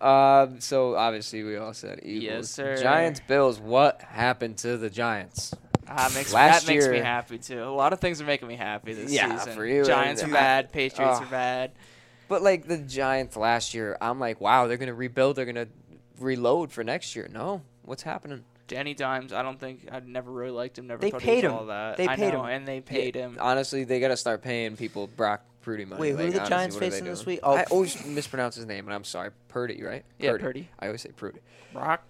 A: Um, so obviously we all said Eagles.
B: Yes, sir.
A: Giants, Bills. What happened to the Giants?
B: Ah, makes,
A: Last
B: that makes me
A: year-
B: happy too. A lot of things are making me happy this
A: Yeah,
B: season.
A: for you, Ah.
B: Giants are
A: and-
B: bad. Patriots
A: Ugh.
B: are bad.
A: But like the Giants last year, I'm like, wow, they're gonna rebuild. They're gonna reload for next year. No, what's happening?
B: Danny Dimes, I don't think I'd never really liked him. Never
C: They
B: thought
C: paid
B: he
C: him.
B: was all that.
C: They
B: I
C: paid
B: know,
C: him.
B: and they paid
A: Yeah,
B: him.
A: Honestly, they gotta start paying people Brock Purdy money.
C: Wait, who
A: like,
C: are the
A: honestly,
C: Giants
A: what are they
C: facing this
A: doing?
C: week? Oh,
A: I always mispronounce his name, and I'm sorry, Purdy, right?
B: Yeah, Purdy.
A: I always say Purdy.
B: Brock.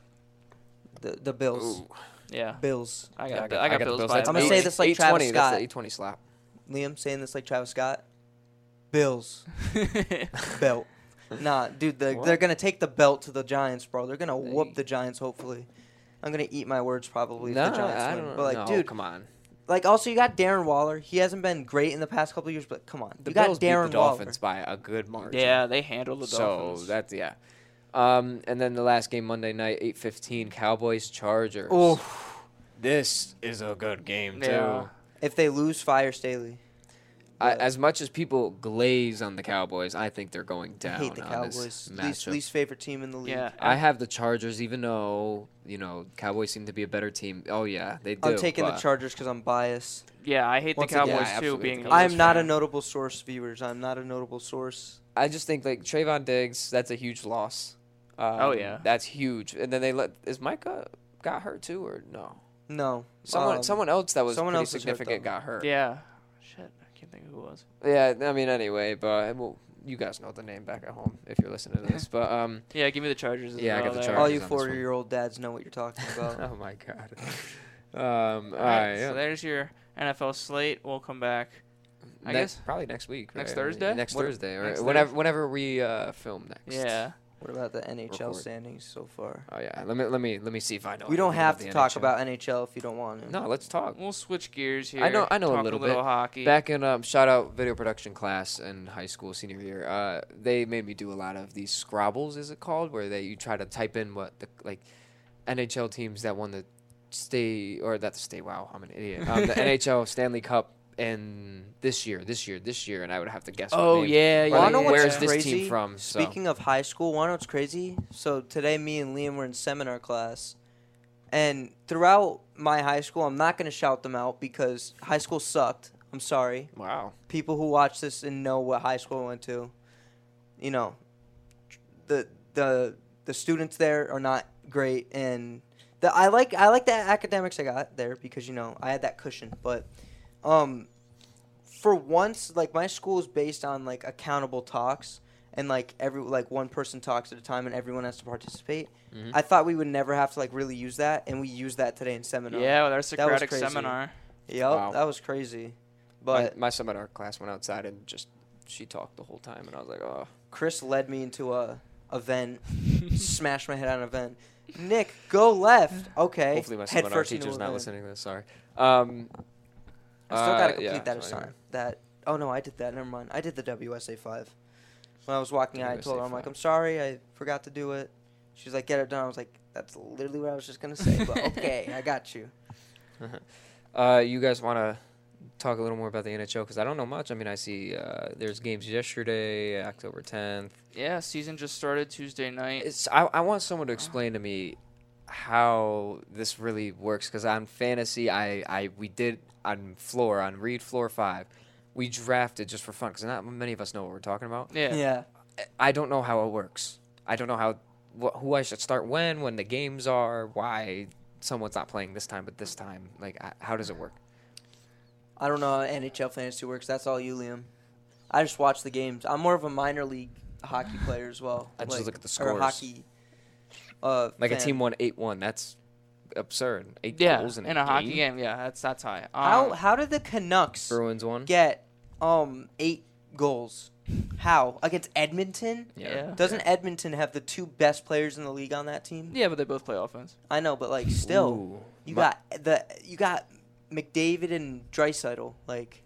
C: the, the Bills.
B: Yeah,
C: Bills.
B: I got, I got, Bills. by
A: That's
B: a
C: I'm gonna
A: eight-
B: bit.
C: say this like Travis
A: 820, That's
C: Scott.
A: the 820 slap.
C: Liam saying this like Travis Scott. Bills belt. nah, dude, they're, they're
A: What?
C: gonna take the belt to the Giants, bro. They're gonna
A: They-
C: whoop the Giants. Hopefully, I'm gonna eat my words probably. if
A: No,
C: the Giants
A: I
C: win.
A: don't.
C: But like,
A: no,
C: dude,
A: come on.
C: like also you got Darren Waller. He hasn't been great in the past couple of years, but come on,
A: The
C: you got
A: Bills
C: Darren
A: beat the
C: Waller.
A: Dolphins by a good margin.
B: yeah, they handled the Dolphins.
A: So that's yeah. Um, and then the last game Monday night, eight fifteen, Cowboys Chargers.
C: Oh,
A: this is a good game too.
B: Yeah.
C: if they lose, fire Staley.
A: I, as much as people glaze on the Cowboys, I think they're going down.
C: I hate the
A: on this
C: Cowboys. Least,
A: matchup.
C: least favorite team in the league.
B: yeah,
A: I have the Chargers, even though you know Cowboys seem to be a better team. Oh yeah, they do.
C: I'm taking the
A: but-
C: Chargers because I'm biased.
B: yeah. I hate the
C: Once again,
B: Cowboys
A: I
B: too.
A: absolutely
B: Being
A: think
B: a
A: Bills
C: I'm not a
B: Bills
C: notable source, viewers. I'm not a notable source.
A: I just think like Trayvon Diggs, that's a huge loss. Um,
B: Oh, yeah.
A: that's huge. And then they let is Micah got hurt too or no?
C: No.
A: Someone
C: um,
A: someone else that was
C: someone
A: pretty
C: else was hurt,
A: significant
C: though.
A: got hurt.
B: fan. Yeah, shit. I can't think of who it was.
A: Yeah, I mean, anyway, but well, you guys know the name back at home if you're listening to this. But um,
B: Yeah, give me the Chargers. As
A: Yeah, I
B: well
A: got the
B: there.
A: Chargers
C: All you
A: on this one.
C: four-year-old dads know what you're talking about.
A: oh my god. Um, all
B: All right,
A: right.
B: so there's your NFL slate. We'll come back. I
A: Next-
B: guess-
A: probably next week.
B: Next
A: right? Or
B: Thursday?
A: Next
C: What-
A: Thursday, or
B: next
A: whenever
B: Thursday.
A: whenever we uh, film next.
B: Yeah,
C: what about the NHL
A: Record.
C: standings so far?
A: Oh yeah. Let me let me let me see if I know.
C: We don't
A: anything
C: have
A: about
C: to
A: the
C: talk
A: NHL.
C: about NHL if you don't want to.
A: No, let's talk.
B: we'll switch gears here.
A: I know- I know a
B: talk
A: little
B: a little
A: bit.
B: hockey.
A: Back in um, shout out video production class in high school senior year, uh, they made me do a lot of these Scrabbles, is it called, where they you try to type in what the like NHL teams that won the state or that the state. Wow, I'm an idiot. Um, the NHL Stanley Cup and this year, this year, this year, and I would have to guess. what
B: Oh
A: name-
B: yeah,
A: where
B: yeah.
C: Well, I
A: they-
C: know what's
A: where is this
C: crazy?
A: team from? So.
C: Speaking of high school, wanna know what's crazy? So today, me and Liam were in seminar class, and throughout my high school, I'm not gonna shout them out because high school sucked. I'm sorry,
A: wow.
C: people who watch this and know what high school I went to. You know, the the the students there are not great, and the I like I like the academics I got there because you know I had that cushion, but um, for once, like my school is based on like accountable talks and like every like one person talks at a time and everyone has to participate.
A: Mhm.
C: I thought we would never have to like really use that, and we used that today in seminar.
B: Yeah, with our
C: was
B: Socratic
C: crazy.
B: seminar.
C: Yep,
A: Wow.
C: that was crazy.
A: My,
C: But
A: my seminar class went outside and just she talked the whole time, and I was like, oh.
C: Chris led me into a event, smashed my head on a vent. Nick, go left. Okay.
A: Hopefully, my
C: head
A: seminar
C: into
A: teacher's
C: a
A: not
C: vent.
A: listening to this. Sorry. Um,
C: I still gotta
A: uh,
C: complete
A: yeah,
C: that
A: so anyway.
C: assignment. That. Oh no, I did that. Never mind. I did the WSA five. When I was walking out, I told her, I'm like,
A: WSA5.
C: I'm sorry, I forgot to do it. She was like, get it done. I was like, that's literally what I was just gonna say. But okay, I got you.
A: Uh, you guys want to talk a little more about the NHL because I don't know much. I mean, I see uh, there's games yesterday, October 10th.
B: Yeah, season just started Tuesday night.
A: It's, I, I want someone to explain to me how this really works because on fantasy, I, I we did on floor on read floor five, we drafted just for fun because not many of us know what we're talking about.
B: Yeah.
C: Yeah.
A: I don't know how it works. I don't know how wh- who I should start when, when the games are, why someone's not playing this time but this time. Like, I, how does it work?
C: I don't know how NHL fantasy works. That's all you, Liam. I just watch the games. I'm more of a minor league hockey player as well.
A: I just look at the
C: Or
A: scores.
C: hockey. Uh,
A: Like a
C: fan.
A: team won eight one. That's absurd. Eight
B: Yeah,
A: goals in a,
B: in a hockey
A: game.
B: game. Yeah, that's that's high. Um,
C: How how did the Canucks
A: Bruins won.
C: get um eight goals? How against Edmonton?
B: Yeah.
C: Doesn't Edmonton have the two best players in the league on that team?
B: Yeah, but they both play offense.
C: I know, but like still,
A: Ooh.
C: you
A: My-
C: got the you got McDavid and Dreisaitl. Like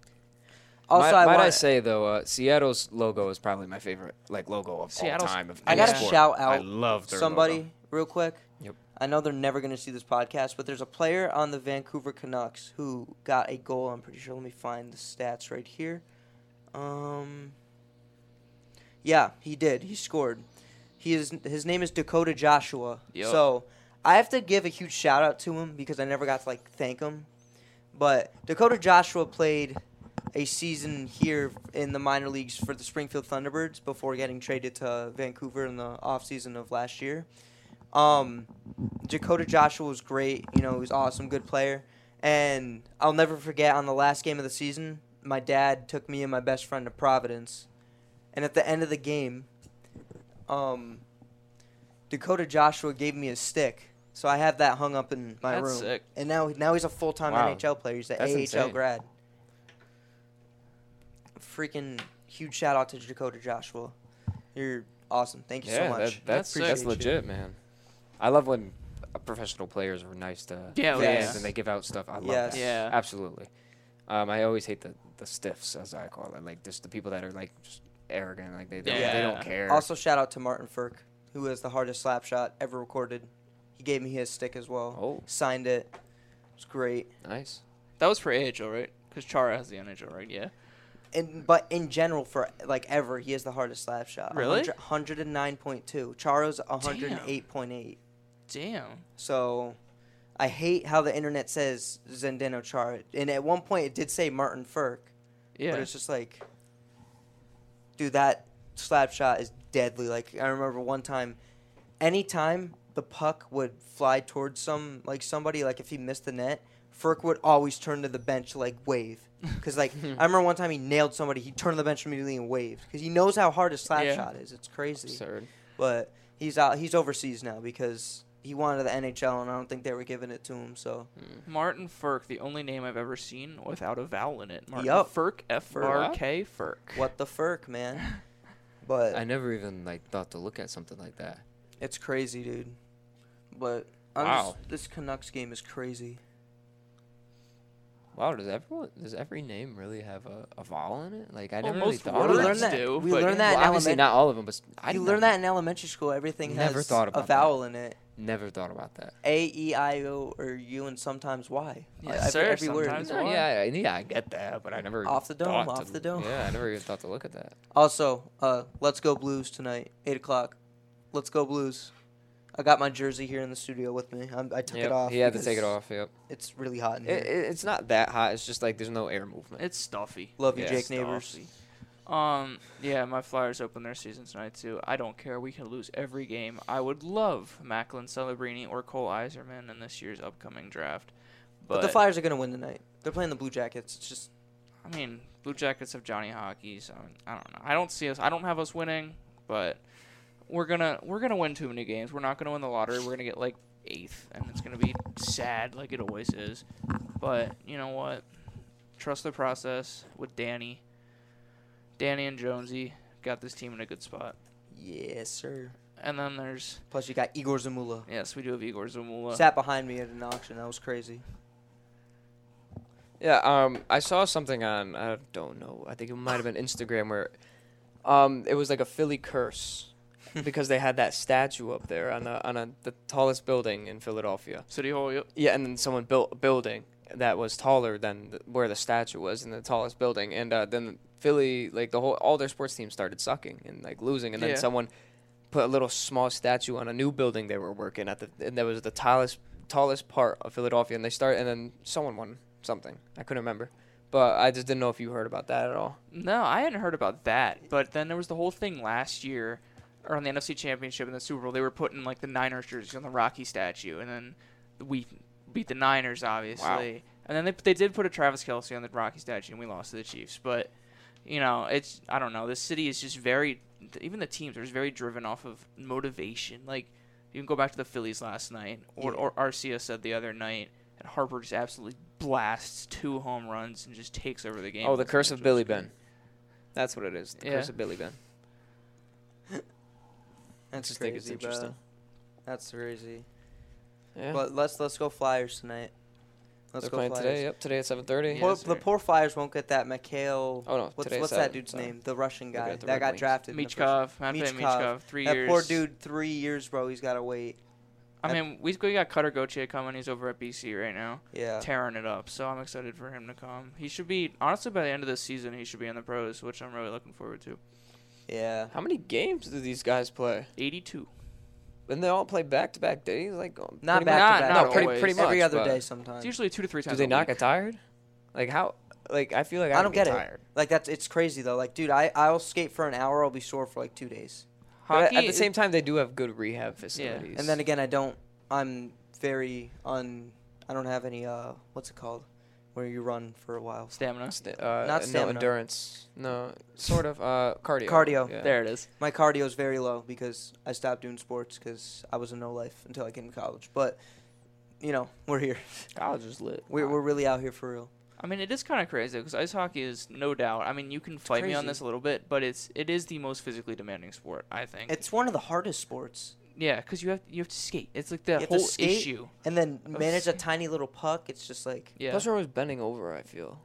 C: also,
A: might,
C: I
A: might
C: want
A: I say though, uh, Seattle's logo is probably my favorite like logo of all
B: Seattle's-
A: time. Of
C: I
A: any
C: gotta
A: sport.
C: shout
A: I
C: out
A: love their
C: somebody
A: logo.
C: real quick.
A: Yep.
C: I know they're never gonna see this podcast, but there's a player on the Vancouver Canucks who got a goal. I'm pretty sure. Let me find the stats right here. Um. Yeah, he did. He scored. He is his name is Dakota Joshua.
B: Yup.
C: So I have to give a huge shout out to him because I never got to like thank him. But Dakota Joshua played a season here in the minor leagues for the Springfield Thunderbirds before getting traded to Vancouver in the offseason of last year. Um, Dakota Joshua was great. You know, he was awesome, good player. And I'll never forget on the last game of the season, my dad took me and my best friend to Providence. And at the end of the game, um, Dakota Joshua gave me a stick. So I have that hung up in my
B: That's
C: room.
B: sick.
C: And now now he's a full time
A: Wow.
C: NHL player. He's an
A: That's
C: AHL
A: insane.
C: grad. Freaking huge shout out to Dakota Joshua. You're awesome. Thank you so
A: yeah,
C: much.
A: that, that's
B: Appreciate
A: that's
C: you.
A: legit, man. I love when uh, professional players are nice to
B: Yeah, oh,
A: fans
B: yeah.
A: and they give out stuff. I love
C: Yes.
A: that.
B: Yeah.
A: absolutely. Um, I always hate the the stiffs as I call it, like just the people that are like just arrogant, like they don't they
B: Yeah.
A: don't care.
C: Also, shout out to Martin Furk, who was the hardest slap shot ever recorded. He gave me his stick as well.
A: oh,
C: Signed it. It's great.
A: nice.
B: That was for AHL, right? Because Chara has the NHL, right? Yeah.
C: And but in general, for like ever, he is the hardest slap shot.
B: Really?
C: Hundred and nine point two. Charo's hundred and eight point eight.
B: Damn.
C: So, I hate how the internet says Zendeno Chara, and at one point it did say Martin Furk,
B: Yeah.
C: but it's just like, dude, that slap shot is deadly. Like I remember one time, anytime the puck would fly towards some like somebody, like if he missed the net, Furk would always turn to the bench to, like wave, because like
B: Hmm.
C: I remember one time he nailed somebody, he turned to the bench immediately and waved because he knows how hard a slap
B: Yeah.
C: shot is. It's crazy
A: Absurd.
C: but he's out. He's overseas now because he wanted the NHL, and I don't think they were giving it to him. So
B: Martin Furk, the only name I've ever seen without a vowel in it. Martin
C: Yup.
B: Furk, F R K Furk.
C: what the furk, man? But
A: I never even like thought to look at something like that.
C: it's crazy, dude. But I'm
A: Wow.
C: just, this Canucks game is crazy.
A: Wow, does everyone does every name really have a, a vowel in it? Like I
B: Well,
A: never really
B: most
A: thought
B: Well,
A: of
B: words
A: that.
B: learned that- do,
C: we
B: but-
C: learned that.
A: well,
C: in
A: obviously
C: elemen-
A: not all of them, but s- I
C: you
A: didn't
C: learn
A: know-
C: that in elementary school. Everything
A: Never
C: has
A: thought
C: a
A: about that.
C: vowel in it.
A: Never thought about that.
C: A E I O or U and sometimes Y.
B: Yes,
C: I- I-
B: sir,
C: Every word.
B: sometimes. That's
A: No,
B: why.
A: yeah, I, yeah, I get that, but I never
C: Off the dome,
A: thought
C: off
A: to-
C: the dome.
A: Yeah, I never even thought to look at that.
C: Also, uh, let's go Blues tonight, eight o'clock. Let's go Blues. I got my jersey here in the studio with me. I'm, I took
A: Yep,
C: it off. Mm-hmm.
A: He had to take it
C: because
A: off. Yep.
C: It's really hot in
A: It,
C: here.
A: it, it's not that hot. It's just like there's no air movement.
B: It's stuffy.
C: Love you,
A: Yeah,
C: Jake
A: it's
C: Neighbors.
B: Um, yeah, my Flyers open their season tonight too. I don't care. We could lose every game. I would love Macklin Celebrini or Cole Iserman in this year's upcoming draft.
C: But,
B: But,
C: the Flyers are gonna win tonight. They're playing the Blue Jackets. It's just
B: I mean, Blue Jackets have Johnny Hockey, so I don't know. I don't see us. I don't have us winning, but we're gonna we're gonna win too many games. We're not gonna win the lottery. We're gonna get like eighth, and it's gonna be sad, like it always is. But you know what? Trust the process with Danny. Danny and Jonesy got this team in a good spot.
C: yes, sir.
B: And then there's
C: Plus you got Igor Zamula.
B: yes, we do have Igor Zamula.
C: Sat behind me at an auction. That was crazy.
A: Yeah, um, I saw something on I don't know. I think it might have been Instagram where, um, it was like a Philly curse, because they had that statue up there on a, on a, the tallest building in Philadelphia.
B: City Hall. Yep.
A: Yeah, and then someone built a building that was taller than the, where the statue was in the tallest building, and uh, then Philly, like the whole, all their sports teams started sucking and like losing, and then
B: Yeah.
A: someone put a little small statue on a new building they were working at, the, and that was the tallest tallest part of Philadelphia, and they start, and then someone won something, I couldn't remember, but I just didn't know if you heard about that at all.
B: No, I hadn't heard about that. But then there was the whole thing last year around the NFC Championship and the Super Bowl. They were putting like the Niners jerseys on the Rocky statue, and then we beat the Niners, obviously. And then they they did put a Travis Kelsey on the Rocky statue, and we lost to the Chiefs. But you know, it's I don't know. This city is just very even the teams are just very driven off of motivation. Like you can go back to the Phillies last night, or
C: Yeah.
B: or Arcia said the other night. And Harper just absolutely blasts two home runs and just takes over the game.
A: Oh, the curse of Billy
B: Ben.
A: Ben. That's what it is. The
B: Yeah.
A: curse of Billy Ben.
C: That's
A: Just
C: crazy.
A: think it's
C: bro.
A: interesting.
C: That's crazy.
A: Yeah.
C: But let's let's go Flyers tonight. Let's
A: They're
C: go
A: playing
C: Flyers.
A: today. Yep, today at seven thirty.
B: Yeah,
C: Poor-
B: Yes,
C: the
B: sir.
C: poor Flyers won't get that Mikhail.
A: Oh no,
C: What's,
A: today's
C: what's that
A: Saturday,
C: dude's
A: sorry.
C: name? The Russian
A: They
C: guy
A: got the
C: that
A: Red
C: got
A: Wings.
C: drafted. in the first-
B: Michkov, Matvey
C: Michkov.
B: Michkov, three
C: That
B: years.
C: poor dude, three years, bro. He's gotta wait.
B: I
C: that-
B: mean, we we got Cutter Gauthier coming. He's over at BC right now,
C: Yeah.
B: tearing it up. So I'm excited for him to come. He should be honestly by the end of this season, he should be in the pros, which I'm really looking forward to.
C: Yeah.
A: How many games do these guys play?
B: 82.
A: And they all play back to back days, like um,
C: Not
A: pretty
C: back
A: much-
C: to back.
B: not
A: No, pretty,
B: always.
A: pretty much.
C: Every other
A: but
C: day, sometimes.
B: It's usually two to three times.
A: Do they
B: a
A: not
B: week.
A: get tired? Like how? Like I feel like I,
C: I
A: would
C: don't
A: be
C: get it.
A: tired.
C: Like that's it's crazy though. Like, dude, I I'll skate for an hour. I'll be sore for like two days.
A: But at-
B: Hockey
A: at the
B: is-
A: same time, they do have good rehab facilities.
C: And then again, I don't. I'm very un. I don't have any. Uh, what's it called? Where you run for a while.
B: stamina.
A: Sta- uh,
C: Not
A: no
C: stamina.
A: endurance. No, sort of uh, cardio.
C: Cardio.
A: Yeah.
B: There it is.
C: My cardio is very low because I stopped doing sports because I was a no life until I came to college. But you know, we're here.
A: College is lit.
C: We're we're really out here for real.
B: I mean, it is kind of crazy because ice hockey is no doubt. I mean, you can fight me on
A: crazy.
B: this a little bit, but it's it is the most physically demanding sport, I think.
D: It's one of the hardest sports.
B: yeah, because you have you have to skate. It's like the
D: have to
B: whole
D: skate.
B: issue.
D: And then manage a tiny little puck. It's just like
B: Yeah,
A: Plus, we're always bending over. I feel.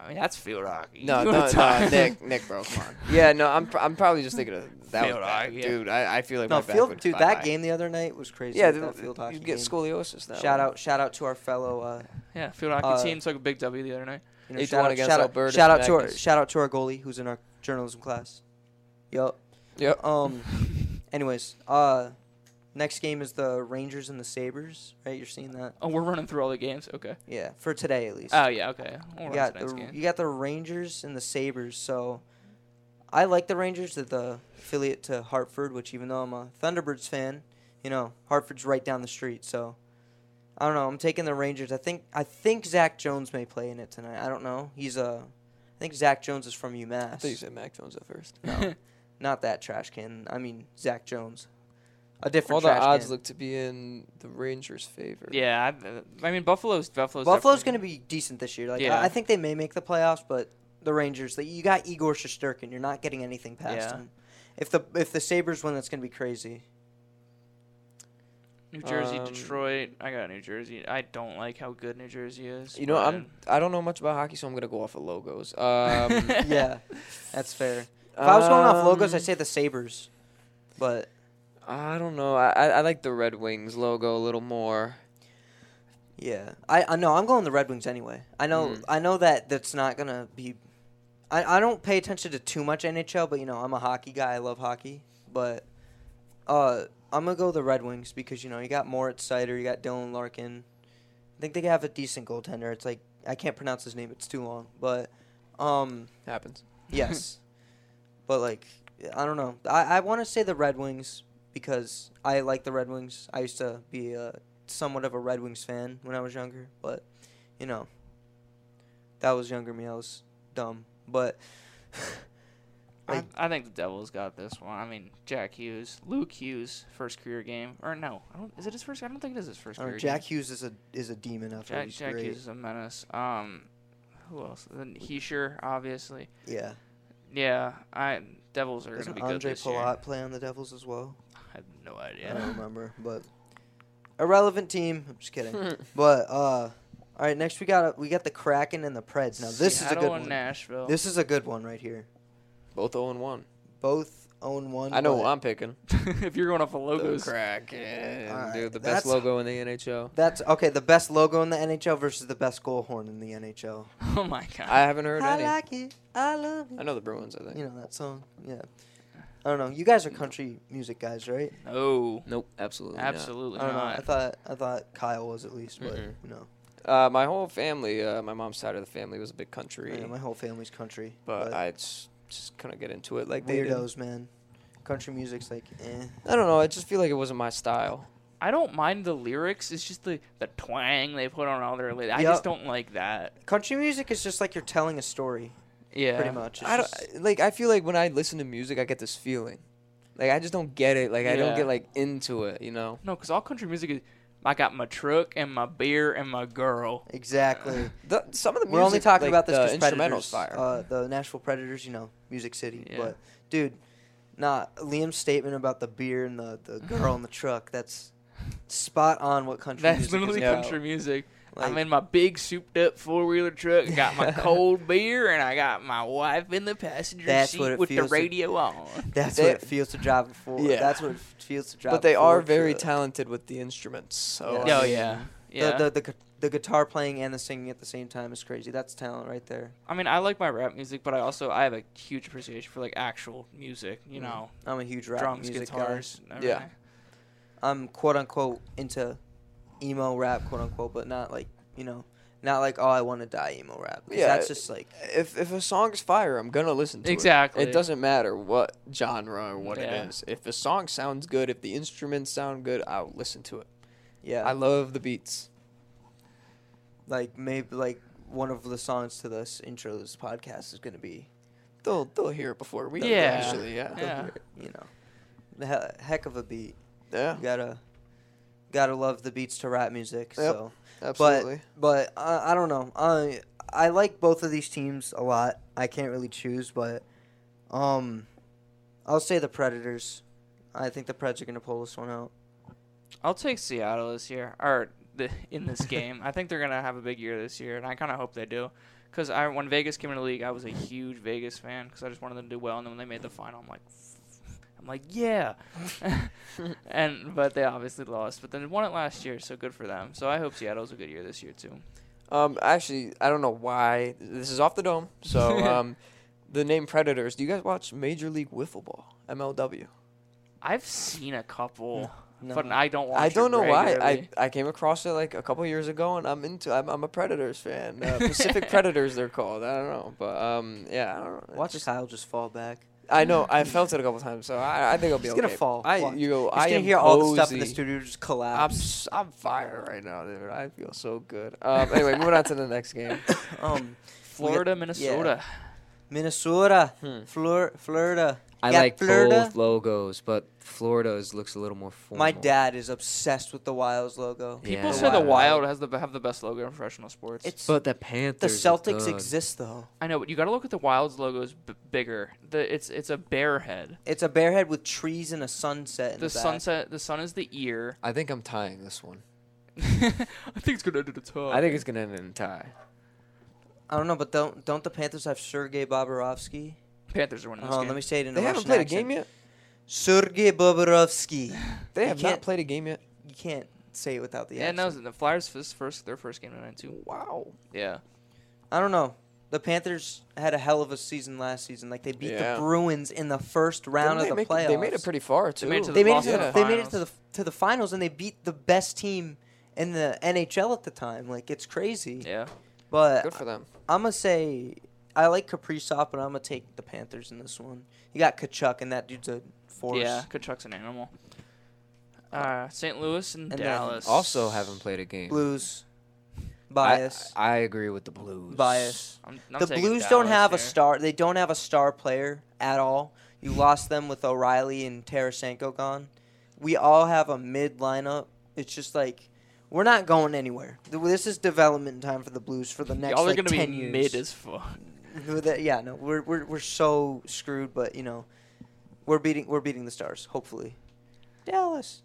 B: I mean that's field hockey.
E: No,
B: You
E: no,
B: wanna talk-
E: no, Nick, Nick, bro, come on.
A: Yeah, no, I'm pr- I'm probably just thinking of that.
B: Field
A: was bad.
B: hockey, yeah.
E: dude. I, I feel like
C: No,
E: my back
C: field,
E: would-
C: dude,
E: bye-bye.
C: that game the other night was crazy.
A: Yeah,
C: with that
A: the-
C: field hockey
A: you get
C: game.
A: scoliosis now.
C: Shout out, shout out to our fellow. Uh,
B: Yeah, field hockey
C: Uh,
B: team took a big W the other night.
C: you know,
A: H1
C: shout out,
A: against
C: shout out,
A: Alberta
C: shout out to our,
A: Magnus.
C: shout out to our goalie who's in our journalism class. Yup.
A: Yep.
C: Um. anyways, uh, next game is the Rangers and the Sabers. Right, you're seeing that.
B: Oh, we're running through all the games. Okay.
C: Yeah, for today at least.
B: Oh yeah. Okay. We'll
C: you
B: run
C: got
B: to next
C: the
B: game.
C: you got the Rangers and the Sabers. So, I like the Rangers. They're the affiliate to Hartford, which even though I'm a Thunderbirds fan, you know Hartford's right down the street. So, I don't know. I'm taking the Rangers. I think I think Zach Jones may play in it tonight. I don't know. He's a I think Zach Jones is from
A: I thought you
C: UMass.
A: said Mac Jones at first.
C: No, not that trash can. I mean Zach Jones. A different
A: All the
C: trash
A: odds
C: can.
A: look to be in the Rangers' favor.
B: Yeah, I, I mean Buffalo's Buffalo's
C: Buffalo's
B: definitely-
C: going to be decent this year. Like
B: Yeah.
C: I, I think they may make the playoffs, but the Rangers, like, you got Igor Shosturkin, you're not getting anything past
B: Yeah.
C: him. If the if the Sabers win, that's going to be crazy.
B: New Jersey,
A: Um,
B: Detroit. I got New Jersey. I don't like how good New Jersey is.
A: You know,
B: but-
A: I'm I don't know much about hockey, so I'm gonna go off of logos. Um, if
C: yeah, that's fair. If I was going off logos, I'd
A: um,
C: say the Sabers, but
A: I don't know. I, I I like the Red Wings logo a little more.
C: yeah, I I know I'm going the Red Wings anyway. I know
A: Mm.
C: I know that that's not going to be. I I don't pay attention to too much NHL, but you know I'm a hockey guy. I love hockey, but uh. I'm gonna go the Red Wings because you know you got Moritz Sider, you got Dylan Larkin, I think they have a decent goaltender. It's like I can't pronounce his name; it's too long. But, um,
A: Happens.
C: yes, but like I don't know. I I want to say the Red Wings because I like the Red Wings. I used to be uh somewhat of a Red Wings fan when I was younger, but you know, that was younger me. I was dumb, but
B: I,
C: like-
B: I think the Devils got this one. I mean, Jack Hughes, Luke Hughes, first career game, or no? I don't. Is it his first? I don't think it is his first
C: I don't
B: career.
C: know, Oh, Jack
B: game.
C: Hughes is a is a demon. After
B: Jack,
C: he's
B: Jack
C: great.
B: Hughes is a menace. Um, who else? Then Heischer, obviously.
C: yeah.
B: Yeah, I Devils are gonna
C: Doesn't
B: be
C: Andre
B: good this year.
C: Palat play on the Devils as well?
B: I have no
C: I
B: idea.
C: don't remember, but irrelevant team. I'm just kidding. but uh, all right, next we got we got the Kraken and the Preds. Now this is a
B: Seattle
C: good
B: and
C: one.
B: Nashville.
C: This is a good one right here.
A: Both 0 and 1.
C: Both own one.
A: I know
C: but
A: who I'm picking.
B: if you're going off of logos,
A: The Kraken.
C: Alright,
A: Dude, the
C: that's-
A: best logo in the NHL.
C: That's okay. The best logo in the NHL versus the best goal horn in the NHL.
B: oh my god.
A: I haven't heard
C: I
A: any.
C: like it. I love
A: I
C: it.
A: know the Bruins, I think.
C: You know that song? Yeah. I don't know. You guys are country music guys, right?
B: no,
A: Nope, absolutely. not.
B: absolutely
C: I don't know.
B: not.
C: I thought I thought Kyle was at least, but
A: Mm-mm.
C: you know,
A: Uh, my whole family, uh, my mom's side of the family was a big country,
C: yeah, my whole family's country.
A: but I just, just couldn't get into it like they did.
C: weirdos, man. Country music's like, eh.
A: I don't know. I just feel like it wasn't my style.
B: I don't mind the lyrics. It's just the the twang they put on all their. Li- I
C: Yep.
B: just don't like that.
C: Country music is just like you're telling a story,
B: Yeah.
C: pretty much. It's
A: I
C: just-
A: don't like. I feel like when I listen to music, I get this feeling. Like I just don't get it. Like I
B: Yeah.
A: don't get like into it. You know.
B: No, because all country music is. I got my truck and my beer and my girl.
C: exactly.
A: The, some of the
C: We're only
A: music,
C: talking
A: like,
C: about this
A: the
C: because
A: instrumentals
C: Predators,
A: fire.
C: uh, the Nashville Predators, you know, Music City.
B: Yeah.
C: But dude, nah, Liam's statement about the beer and the, the girl in the truck—that's spot on what country
B: That's
C: music
B: literally
C: is about.
B: country music.
C: Like,
B: I'm in my big souped up four wheeler truck. I got my cold beer and I got my wife in the passenger
C: That's
B: seat
C: what it
B: with the
C: feels like.
B: radio on.
C: that's
A: they-
C: what it feels to drive a Ford.
A: Yeah.
C: That's what it feels to drive.
A: but
C: a
A: they are
C: Ford
A: very
C: truck.
A: talented with the instruments. So
C: Yeah.
A: I
B: Oh
A: mean,
B: yeah,
C: The-
B: yeah.
C: The, the gu- the guitar playing and the singing at the same time is crazy. That's talent right there.
B: I mean, I like my rap music, but I also I have a huge appreciation for like actual music. You
C: Mhm.
B: know,
C: I'm a huge rap
B: drums,
C: music guy.
B: guitars. and everything.
C: I'm quote unquote into emo rap, quote unquote, but not like you know, not like oh I want to die emo rap. 'cause
A: Yeah.
C: that's just like
A: If if a song's fire, I'm gonna listen to
B: Exactly.
A: it. It doesn't matter what genre or what
B: Yeah.
A: it is. If the song sounds good, if the instruments sound good, I'll listen to it.
C: yeah,
A: I love the beats.
C: like maybe like one of the songs to this intro to this podcast is gonna be
A: They'll they'll hear it before we do,
B: Yeah.
A: usually, yeah.
B: Yeah.
C: you know, the he- heck of a beat.
A: Yeah.
C: You gotta Gotta love the beats to rap music. So,
F: Absolutely. but
C: uh,
F: I, I don't know. I I like both of these teams a lot. I can't really choose, but um, I'll say the Predators. I think the Preds are gonna pull this one out.
B: I'll take Seattle this year, or the, in this game. I think they're gonna have a big year this year, and I kind of hope they do. Cause I, when Vegas came into the league, I was a huge Vegas fan because I just wanted them to do well. And then when they made the final, I'm like, I'm like, yeah. and but they obviously lost, but then won it last year, so good for them. So I hope Seattle's a good year this year too.
A: Um, actually, I don't know why this is off the dome. So, um, the name Predators. Do you guys watch Major League Wiffle Ball (MLW)?
B: I've seen a couple,
F: No.
B: but I don't watch.
A: I
B: it
A: don't know why. I,
B: regularly.
A: I came across it like a couple years ago, and I'm into. I'm, I'm a Predators fan. Uh, Pacific Predators, they're called. I don't know, but um, yeah, I don't know.
C: watch
A: It's-
C: Kyle just fall back.
A: I know. I felt it a couple times, so I, I think I'll be
C: He's
A: okay.
C: gonna fall.
A: I
C: Watch.
A: you. Know,
C: He's
A: I
C: gonna
A: am
C: hear all the stuff in the
A: cozy.
C: studio just
A: I'm
C: collapse.
A: s- I'm fired right now, dude. I feel so good. Um, anyway, moving on to the next game.
C: um,
B: Florida, Minnesota.
C: Minnesota,
A: Hmm.
C: Flor- Florida.
A: I
C: Yeah,
A: like
C: Florida.
A: both logos, but Florida's looks a little more formal.
C: My dad is obsessed with the Wilds logo.
A: Yeah.
B: People
A: The
B: say the
A: Wild.
B: Wild has the have the best logo in professional sports.
C: It's
A: But the
C: the
A: Panthers. are
C: Celtics
A: good.
C: exist though.
B: I know, but you got to look at the Wild's logos b- bigger. The it's it's a bear head.
C: It's a bear head with trees and a sunset. In
B: The
C: the, back.
B: sunset, the sun is the ear.
A: I think I'm tying this one.
B: I think it's gonna end at a top.
A: I think it's gonna end in a tie.
C: I don't know, but don't don't the Panthers have Sergei Bobrovsky?
B: Panthers are winning
C: Hold
B: this
C: on,
B: game.
C: let me say it in
A: They
C: a
A: haven't
C: Russian
A: played
C: accent.
A: a game yet.
C: Sergei Bobrovsky.
A: They
C: You
A: have not
C: can't-
A: played a game yet.
C: You can't say it without the
B: yeah,
C: accent.
B: no, the Flyers this first their first game tonight too.
A: Wow.
B: Yeah,
C: I don't know. The Panthers had a hell of a season last season. Like they beat
A: Yeah.
C: the Bruins in the first
A: Didn't
C: round of
A: they
C: the
A: make
C: playoffs.
A: it- They made it pretty far too.
B: made it to
C: They
B: the
C: made it
B: Boston
C: to the, they made it to the
B: finals.
C: to the finals and they beat the best team in the NHL at the time. Like it's crazy.
B: yeah.
C: But
A: Good for them.
C: I'm gonna say I like Kaprizov, but I'm gonna take the Panthers in this one. You got Kachuk, and that dude's a force.
B: Yeah, Kachuk's an animal. Uh, St. Louis and,
C: And then
B: Dallas
A: Also haven't played a game.
C: Blues bias.
A: I, I agree with the Blues.
C: bias.
B: I'm, I'm
C: the
B: taking
C: Blues don't
B: Dallas
C: have a
B: here.
C: star. They don't have a star player at all. You lost them with O'Reilly and Tarasenko gone. We all have a mid lineup. It's just like we're not going anywhere. Th- This is development time for the Blues for the next
B: Y'all are
C: like,
B: gonna
C: ten
B: be
C: years.
B: mid as fuck.
C: With that- yeah, no, we're, we're we're so screwed, but you know, we're beating we're beating the stars. Hopefully, Dallas,